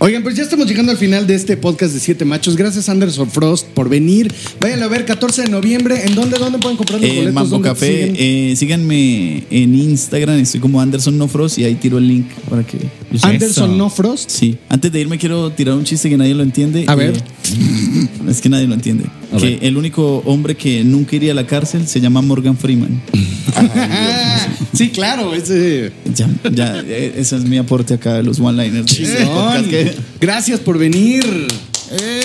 S5: Oigan, pues ya estamos llegando al final de este podcast de Siete Machos. Gracias, Anderson Frost, por venir. Vayan a ver, 14 de noviembre. ¿En dónde, dónde pueden comprar los
S4: Eh,
S5: boletos?
S4: Mambo
S5: ¿Dónde te
S4: Café,
S5: siguen?
S4: eh, síganme en Instagram, estoy como Anderson Nofros y ahí tiro el link para que...
S5: Anderson
S3: Eso.
S5: No Frost.
S4: Sí, antes de irme quiero tirar un chiste que nadie lo entiende.
S5: A ver.
S4: Eh, es que nadie lo entiende. que el único hombre que nunca iría a la cárcel se llama Morgan Freeman.
S5: sí, claro. Ese...
S4: Ya, ya, eh, ese es mi aporte acá de los one-liners. de este podcast que-
S5: Gracias por venir.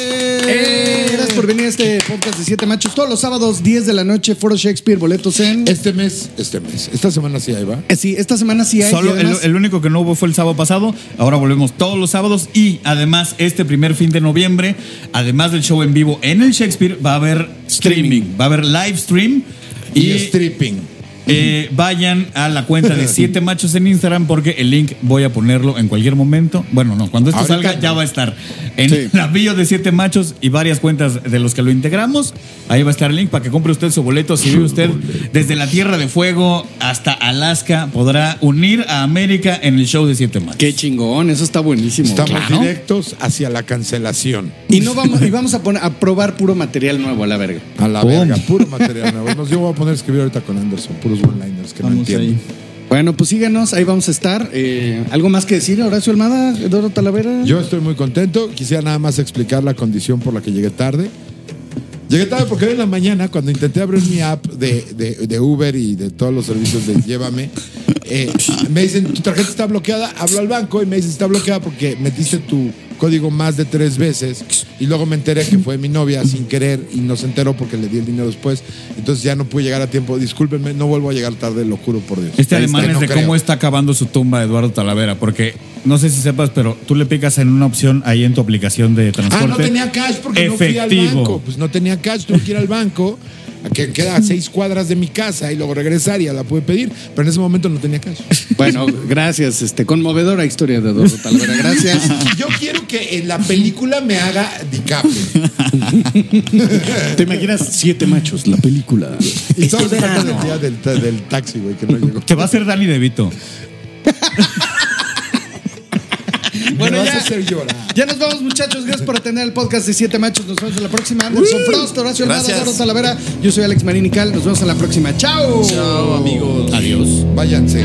S5: Eh, Gracias por venir a este podcast de Siete Machos. Todos los sábados, 10 de la noche, Foro Shakespeare, boletos en.
S1: Este mes, este mes. Esta semana sí, ahí va.
S5: Eh, sí, esta semana sí hay.
S3: Solo
S5: y
S3: el,
S5: además-
S3: el único que no hubo fue el sábado pasado. Ahora volvemos todos los sábados. Y además, este primer fin de noviembre, además del show en vivo en el Shakespeare, va a haber streaming. Va a haber live stream.
S1: Y,
S3: Y,
S1: stripping.
S3: eh, vayan a la cuenta de Siete Machos en Instagram porque el link voy a ponerlo en cualquier momento. Bueno, no, cuando esto
S1: Ahorita
S3: salga
S1: no.
S3: ya va a estar en
S5: Sí.
S3: la bio de Siete Machos y varias cuentas de los que lo integramos. Ahí va a estar el link para que compre usted su boleto. Si vive usted desde la Tierra de Fuego hasta Alaska, podrá unir a América en el show de Siete Machos.
S5: Qué chingón, eso está buenísimo.
S1: Estamos
S3: Claro.
S1: directos hacia la cancelación.
S5: Y no vamos, y vamos a poner a probar puro material nuevo a la verga.
S1: A la verga, puro material nuevo. No, Yo voy a poner a escribir ahorita con Anderson, puros one-liners que no
S4: Vamos
S1: entiendo.
S4: ahí.
S5: Bueno, pues síganos, ahí vamos a estar. Eh, ¿Algo más que decir, Horacio Almada, Eduardo Talavera?
S1: Yo estoy muy contento. Quisiera nada más explicar la condición por la que llegué tarde. Llegué tarde porque hoy en la mañana, cuando intenté abrir mi app de, de- de Uber y de todos los servicios de Llévame, eh, me dicen, tu tarjeta está bloqueada. Hablo al banco y me dicen, está bloqueada porque metiste tu código más de tres veces. Y luego me enteré que fue mi novia sin querer y no se enteró porque le di el dinero después. Entonces ya no pude llegar a tiempo. Discúlpenme, no vuelvo a llegar tarde, lo juro por Dios.
S3: Este
S1: Ahí
S3: alemán
S1: está,
S3: es
S1: no
S3: de
S1: creo.
S3: cómo está acabando su tumba Eduardo Talavera, porque no sé si sepas, pero tú le picas en una opción ahí en tu aplicación de
S1: Ah,
S3: transporte.
S1: no tenía cash porque no fui al
S3: Efectivo.
S1: banco. Pues no tenía cash, tuve que ir al banco, a que queda a seis cuadras de mi casa y luego regresar y ya la pude pedir, pero en ese momento no tenía cash.
S5: Bueno, gracias, este, conmovedora historia de Eduardo Talavera, gracias.
S1: Yo quiero que en la película me haga DiCaprio.
S5: ¿Te imaginas Siete Machos, la película?
S1: Y todo se trata del día del, ta- del taxi, güey, que no llegó.
S3: Te va a hacer Dani De Vito.
S1: Me
S5: Bueno,
S1: vas
S5: ya.
S1: a hacer llorar.
S5: Ya nos vamos, muchachos. Gracias por atender el podcast de Siete Machos. Nos vemos en la próxima. Anderson Frost, Horacio Almada,
S4: Gracias.
S5: Eduardo Talavera. Yo soy Alex Marinical. Nos vemos en la próxima. Chao.
S4: Chao, amigos.
S1: Váyanse.